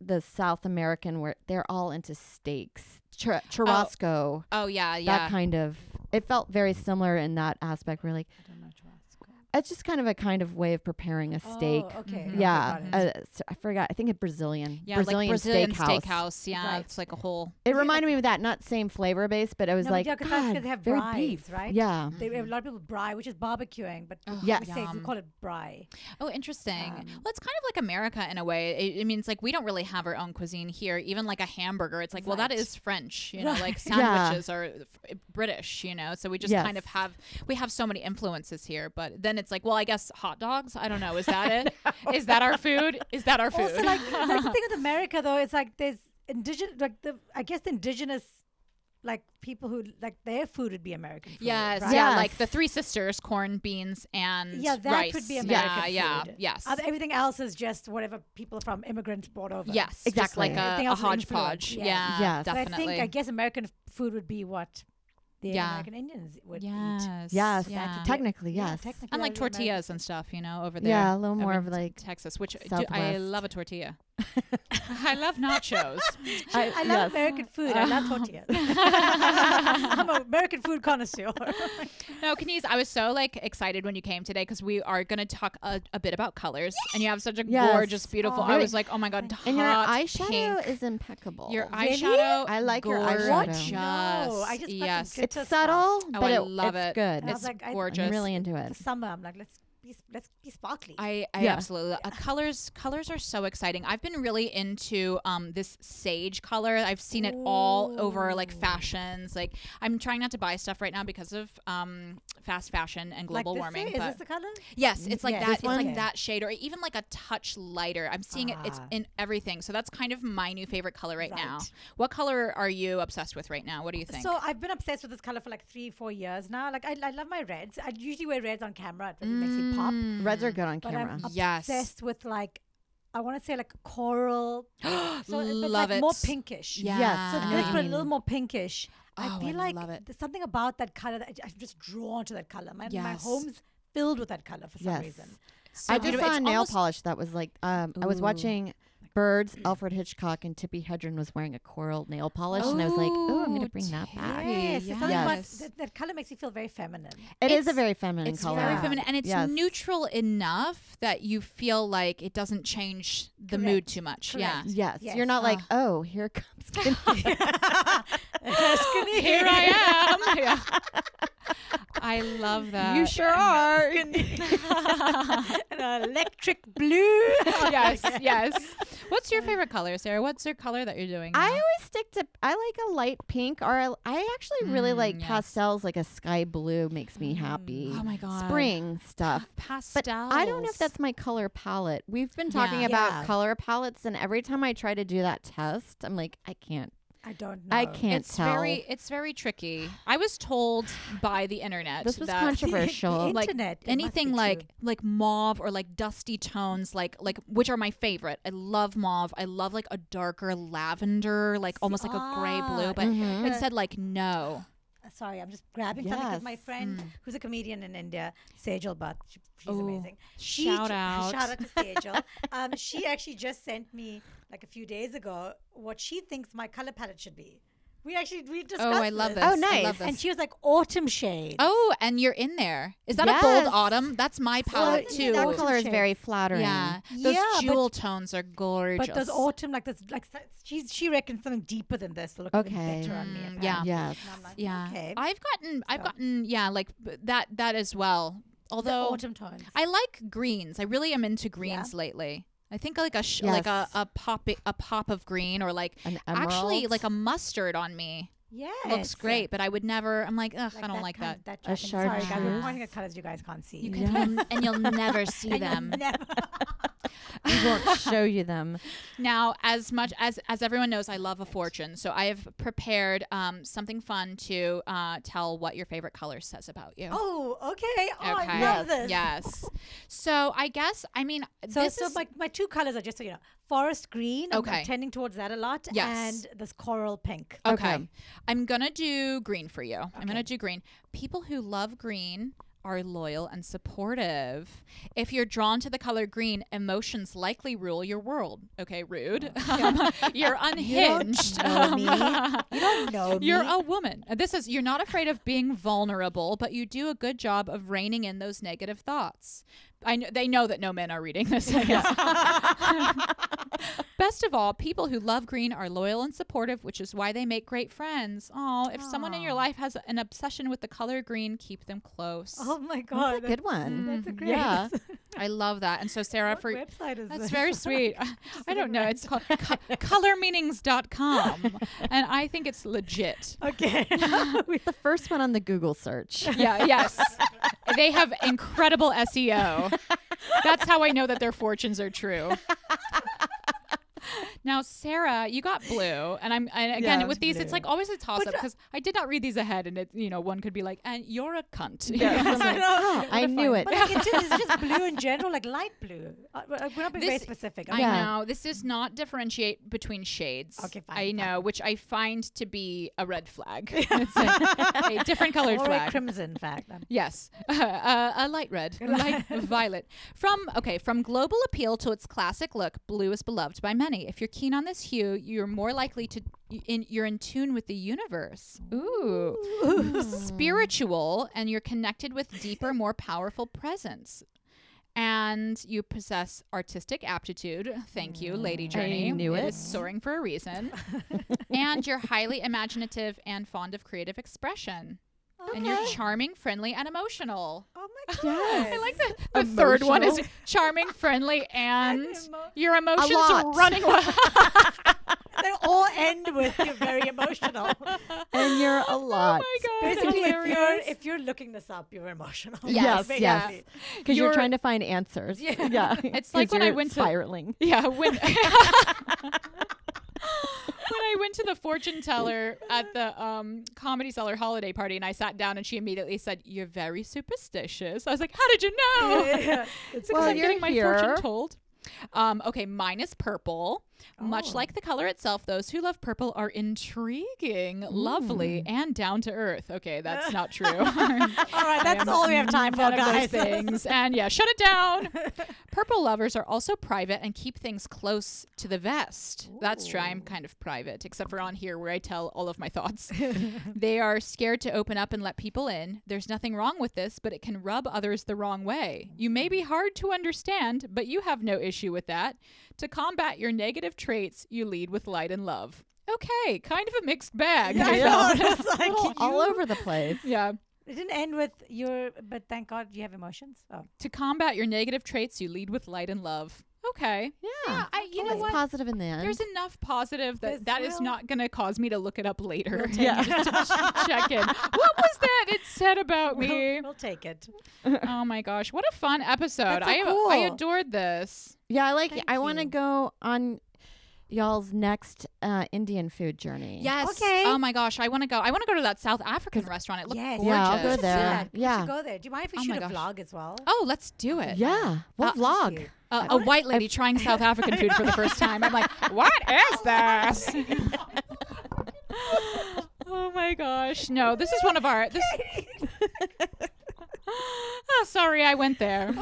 S4: the South American where they're all into steaks, Chur- churrasco,
S2: Oh yeah,
S4: that
S2: yeah.
S4: kind of. It felt very similar in that aspect. Where like
S2: Oh
S3: I don't know what to ask.
S4: it's just kind of a kind of way of preparing a steak.
S3: Oh, okay.
S2: Mhm.
S3: okay,
S4: Yeah,
S3: got it.
S4: uh, s- I forgot. I think a Brazilian,
S2: Yeah,
S4: Brazilian,
S2: like Brazilian
S4: steakhouse.
S2: steakhouse. Yeah,
S3: Right.
S2: it's like a whole.
S4: It reminded me of that, not same flavor base, but it was
S3: No, but
S4: like
S3: yeah, 'cause that's 'cause
S4: God,
S3: they have
S4: very
S3: brines,
S4: beef,
S3: right?
S4: Yeah, Oh,
S3: They, a lot of people braai, which is barbecuing, but
S2: Ugh,
S4: Yeah.
S3: we say we
S2: yum.
S3: call it braai.
S2: Oh, interesting.
S3: Um,
S2: well, it's kind of like America in a way. I, I mean, it's like we don't really have our own cuisine here. Even like a hamburger, it's like, well, that
S3: Right.
S2: is French. You know, like
S4: Yeah.
S2: sandwiches are f- eh, British. You know, so we just kind of
S4: Yes.
S2: have we have so many influences here. But then it's like, well, I guess hot dogs. I don't know. Is that it? Is that our food? Is that our food?
S3: Also, like, like the thing with America though, it's like there's indigenous, like the I guess the indigenous, like people who like their food would be American. Food,
S2: Yes,
S3: right?
S2: yeah, like the
S4: Yes.
S2: Three Sisters, corn, beans, and
S3: yeah, that
S2: rice.
S3: could be American
S2: yeah,
S3: food.
S2: yeah, yes,
S3: Other- everything else is just whatever people from immigrants brought over.
S2: yes, just
S4: Exactly.
S2: like a,
S3: Everything
S2: a
S3: else is
S2: hodgepodge.
S3: influence, yeah.
S2: Yeah,
S4: Yes.
S3: But I
S2: definitely.
S3: think I guess American f- food would be what the
S2: Yeah.
S3: American Indians would eat.
S2: yes,
S4: yes,
S2: yeah.
S4: technically
S3: Yeah,
S4: yes,
S3: technically
S2: Unlike
S3: that would be American
S2: tortillas and stuff, you know, over there.
S4: yeah, a little
S2: over
S4: more of
S2: in
S4: like
S2: Texas, which do, I
S4: Southwest.
S2: love a tortilla. I love nachos.
S4: I,
S3: I love
S4: yes.
S3: American food. I love tortillas. I'm an American food connoisseur.
S2: No, Kenise, I was so like excited when you came today because we are going to talk a, a bit about colors, and you have such a
S4: Yes.
S2: gorgeous, beautiful.
S3: Oh,
S2: I
S4: really?
S2: was like, oh my god,
S4: And your
S2: hot
S4: eyeshadow
S2: pink.
S4: is impeccable.
S2: your
S3: Really?
S2: eyeshadow.
S4: I like your
S2: gorgeous.
S4: eyeshadow.
S3: No, I just got
S2: yes,
S3: some good
S4: it's
S3: Just
S4: subtle,
S2: Oh,
S4: but
S2: I
S4: it,
S2: love
S4: it's
S2: it.
S4: good.
S3: I was
S2: it's
S3: like, I- I'm
S2: gorgeous.
S4: I'm really into
S3: For
S4: it.
S3: summer, I'm like, let's be s- let's be sparkly.
S2: I, I
S4: Yeah.
S2: absolutely uh, colors. Colors are so exciting. I've been really into um, this sage color. I've seen it all over like fashions. Like I'm trying not to buy stuff right now because of um, fast fashion and
S3: like
S2: global
S3: this
S2: warming.
S3: Is,
S2: but
S3: is this the color?
S2: yes, it's like
S3: Yes.
S2: that.
S3: This
S2: It's
S3: one?
S2: like
S3: Okay.
S2: that shade, or even like a touch lighter. I'm seeing it. It's
S3: Ah.
S2: in everything. So that's kind of my new favorite color right, now.
S3: Right.
S2: What color are you obsessed with right now? What do you think?
S3: So I've been obsessed with this color for like three, four years now. Like I, I love my reds. I usually wear reds on camera. It really makes me pop.
S4: Reds are good on
S3: But
S4: camera.
S3: I'm
S2: Mm, Yes.
S3: obsessed with like, I want to say like coral. so it's
S2: Love
S3: like more
S2: it.
S3: pinkish.
S2: yeah,
S4: Yes.
S3: So
S2: I know
S3: this,
S2: what you
S3: but a
S2: mean.
S3: little more pinkish.
S2: Oh,
S3: I feel
S2: I
S3: like
S2: love it.
S3: there's something about that color that I, am just drawn to that color. My, my
S2: Yes.
S3: home's filled with that color for some
S4: Yes.
S3: reason.
S2: So
S4: I just
S2: beautiful.
S4: saw
S2: It's
S4: a nail
S2: almost-
S4: polish that was like um, I was watching Birds, Alfred Hitchcock, and Tippi Hedren was wearing a coral nail polish, and I was like, oh, I'm gonna
S2: Oh,
S4: bring that back.
S2: Terry.
S3: Yes, there's something about
S2: Yes.
S3: that, that color makes me feel very feminine.
S4: It is a
S2: It's-
S4: very feminine
S2: it's
S4: color.
S2: very
S3: Yeah.
S2: feminine and it's
S4: Yes.
S2: neutral enough that you feel like it doesn't change the mood
S3: Correct.
S2: too much.
S3: Correct.
S2: Yeah.
S4: Yes,
S3: Yes.
S4: you're not like, oh, here comes. Kenai."
S2: Here I am. Yeah. I love that.
S4: you sure are.
S3: An electric blue.
S4: Oh,
S2: yes, yes. What's your favorite color, Sarah? What's your color that you're doing?
S4: I
S2: now?
S4: always stick to. I like a light pink, or I, I actually really
S2: Mm,
S4: like
S2: yes.
S4: pastels. Like a sky blue makes me happy.
S2: Oh my god.
S4: Spring stuff. But
S2: Pastels.
S4: I don't know if that's my color palette. We've been talking
S2: Yeah.
S4: about
S3: Yeah.
S4: color palettes, and every time I try to do that test, I'm like, I can't.
S3: I don't know.
S4: I can't
S2: it's
S4: tell.
S2: very it's very tricky. I was told by the internet
S4: this was
S2: that
S4: controversial.
S3: in-
S2: like
S3: Internet, it must
S2: anything
S3: be
S2: like
S3: true.
S2: like mauve or like dusty tones like like which are my favorite i love mauve i love like a darker lavender like almost like a gray blue
S3: ah,
S2: but
S4: Mhm.
S2: it said like no
S3: Uh, Sorry, I'm just grabbing something because my
S4: Yes.
S3: friend, who's a comedian in India, Sejal Bhatt, she, she's
S2: Mm. Ooh,
S3: amazing. She
S2: shout
S3: ju-
S2: out.
S3: Shout out to Sejal. um, she actually just sent me, like a few days ago, what she thinks my color palette should be. We actually, we discussed
S2: oh i love this
S4: Oh,
S2: I love
S4: nice.
S2: this.
S3: And she was like, autumn shade.
S2: oh and you're in there is that a bold
S4: Yes.
S2: autumn that's my palette
S3: isn't
S2: too
S3: it that
S4: That color is
S3: shade.
S4: very flattering.
S2: yeah those
S3: Yeah, but-
S2: jewel tones are gorgeous
S3: But those autumn, like this, like s- she's she reckons something deeper than this will look even
S4: Okay.
S3: better on me.
S2: Mm,
S3: apparently.
S2: yeah.
S4: Yes.
S3: And I'm like,
S2: yeah
S3: Okay.
S2: i've gotten i've
S3: So-
S2: gotten yeah like b- that that as well
S3: the
S2: although
S3: autumn tones.
S2: I like greens. I really am into greens lately. I think like a sh- like a,
S4: Yes.
S2: a pop a pop of green or like
S4: An
S2: actually
S4: emerald?
S2: like a mustard on me
S3: yeah.
S2: looks great, but I would never. I'm like, ugh, I don't like that.
S3: that
S4: A
S3: jacket. Sorry, guys, we're
S4: chartreuse.
S3: pointing at colors you guys can't see.
S2: You can and you'll never see them.
S3: Never.
S4: we won't show you them.
S2: Now, as much as as everyone knows, I love a fortune, so I have prepared um, something fun to uh, tell what your favorite color says about you.
S3: Oh, okay. Oh, I
S2: Okay.
S3: love this.
S2: Yes. So I guess I mean
S3: So,
S2: this
S3: so
S2: is
S3: my, my two colors are just so you know, forest green. I'm- I'm
S2: Okay.
S3: tending towards that a lot.
S2: Yes.
S3: And this coral pink.
S2: Okay.
S4: Okay.
S2: I'm going to do green for you. I'm going to do green. People who love green are loyal and supportive. If you're drawn to the color green, emotions likely rule your world. Okay, rude. you're unhinged.
S3: know me. You don't know me.
S2: You're a woman. This is you're not afraid of being vulnerable, but you do a good job of reining in those negative thoughts. I know, they know that no men are reading this. I guess. Best of all, people who love green are loyal and supportive, which is why they make great friends. Oh, if someone in your life has an obsession with the color green, keep them close.
S3: oh my
S4: That's
S3: god.
S4: a good one.
S3: That's a great.
S4: Yeah.
S2: I love that. And so Sarah
S3: What
S2: for
S3: website is
S2: that's
S3: this?
S2: very sweet. I- I don't know. It's called co- colormeanings.com. And I think it's legit.
S3: Okay.
S4: the first one on the Google search.
S2: Yeah, yes. they have incredible E SEO. That's how I know that their fortunes are true. Now, Sarah, you got blue, and I'm and again
S5: Yeah,
S2: with
S5: it's
S2: these,
S5: blue.
S2: it's like always a toss up
S3: But, uh,
S2: because I did not read these ahead, and it you know one could be like, and you're a cunt.
S5: Yeah.
S2: You know?
S4: like, oh, I knew it.
S3: But like, it's, just, it's just blue in general, like light blue. Uh, we're like, we're not being very
S2: This-
S3: specific.
S2: I
S3: Okay.
S4: Yeah.
S2: know this does not differentiate between shades.
S3: Okay, fine,
S2: I
S3: fine.
S2: know, which I find to be a red flag. it's a, a different colored
S3: Or a
S2: flag.
S3: crimson, in fact. Um,
S2: Yes, uh, a light red, light violet. From okay, from global appeal to its classic look, blue is beloved by many. If you're keen on this hue, you're more likely to in you're in tune with the universe. Ooh, spiritual, and you're connected with deeper, more powerful presence. And you possess artistic aptitude. Thank you, Lady Journey.
S4: knew
S2: It
S4: it.
S2: is soaring for a reason. and you're highly imaginative and fond of creative expression. And you're charming, friendly, and emotional.
S3: Oh my god.
S2: I like that. The third one is charming, friendly, and your emotions are
S4: lot.
S2: running wild.
S3: They all end with you're very emotional.
S4: and you're a
S2: Oh
S4: lot
S3: Basically, if you're if you're looking this up, you're emotional.
S4: Yes,
S3: Basically.
S4: yes. because you're,
S2: You're-
S4: trying to find answers.
S3: Yeah.
S2: It's like
S4: 'Cause
S2: when I
S4: you're
S2: went to-
S4: spiraling.
S2: Yeah, when when I went to the fortune teller at the um, comedy seller holiday party, and I sat down, and she immediately said, "You're very superstitious." I was like, "How did you know?"
S3: Yeah.
S2: It's
S4: Well,
S2: because I'm
S4: you're
S2: getting my
S4: here.
S2: fortune told. Um, okay, mine is purple. Much
S4: Oh.
S2: like the color itself, those who love purple are intriguing, lovely, and down to earth. Okay, that's not true.
S3: All right, that's all we have time for,
S2: None of those
S3: guys.
S2: things. And yeah, shut it down. Purple lovers are also private and keep things close to the vest. That's true. I'm kind of private, except for on here where I tell all of my thoughts. they are scared to open up and let people in. There's nothing wrong with this, but it can rub others the wrong way. You may be hard to understand, but you have no issue with that. To combat your negative traits, you lead with light and love. Okay, kind of a mixed bag.
S3: Yeah,
S2: I
S3: I know.
S2: felt.
S3: It's like
S4: All- Oh, all
S3: you-
S4: over the place.
S2: yeah.
S3: It didn't end with your, but thank God you have emotions. Oh,
S2: To combat your negative traits, you lead with light and love. Okay.
S4: Yeah.
S2: Yeah, I, you know
S4: Always
S2: what?
S4: positive in the end.
S2: There's enough positive
S3: There's
S2: that that is
S3: real-
S2: not going to cause me to look it up later.
S4: Yeah.
S2: Just to ch- check in. What was that it said about me?
S3: we'll, we'll take it.
S2: Oh my gosh, what a fun episode!
S4: That's so
S2: I I
S4: cool.
S2: adored this.
S4: yeah, I like. I want to
S3: you.
S4: go on y'all's next uh, Indian food journey.
S2: Yes.
S3: Okay.
S2: Oh my gosh, I want to go. I want to go to that South African restaurant. It looked
S3: Yes.
S2: gorgeous.
S4: Yeah, I'll go
S3: We should do
S4: there.
S3: that. We
S4: Yeah.
S3: should go there. Do you mind if we
S2: Oh my
S3: shoot a
S2: gosh.
S3: vlog as well?
S2: Oh, let's do it.
S4: Yeah. We'll vlog.
S2: Uh, a white lady trying South African food for the first time. I'm like, what is this? oh my gosh. No, this is one of our. This... oh, sorry, I went there.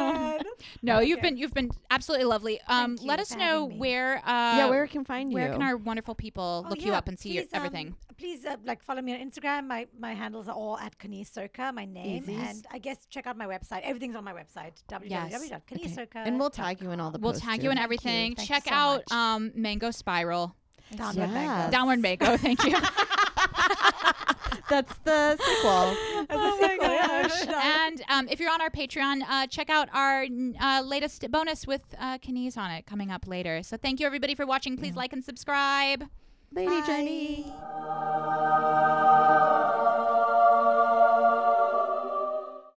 S3: Oh, God.
S2: no, you've been you've been absolutely lovely. Um,
S3: Thank you
S2: let us
S3: for
S2: know
S3: having me.
S2: where. Uh,
S4: yeah. Where can find
S2: where
S4: you?
S2: can our wonderful people
S3: Oh,
S2: look you
S3: yeah.
S2: up and see your,
S3: Please, um,
S2: everything?
S3: please, uh, like, follow me on Instagram. My my handles are all at Kani Soka, my name,
S4: Easies.
S3: and I guess check out my website. Everything's on my website. www.kanisoka.
S4: and we'll tag you in all the.
S2: We'll tag you in
S4: everything.
S2: everything.
S3: Thank you
S2: Check
S3: so
S2: out
S3: much.
S2: um, Mango Spiral.
S3: Downward
S4: Yes.
S3: Mango.
S2: Downward Mango. Thank you.
S4: That's the sequel.
S3: Oh my gosh.
S2: and um, if you're on our Patreon, uh, check out our n- uh, latest bonus with uh, Kines on it coming up later. So thank you everybody for watching. Please like and subscribe.
S4: Lady Journey.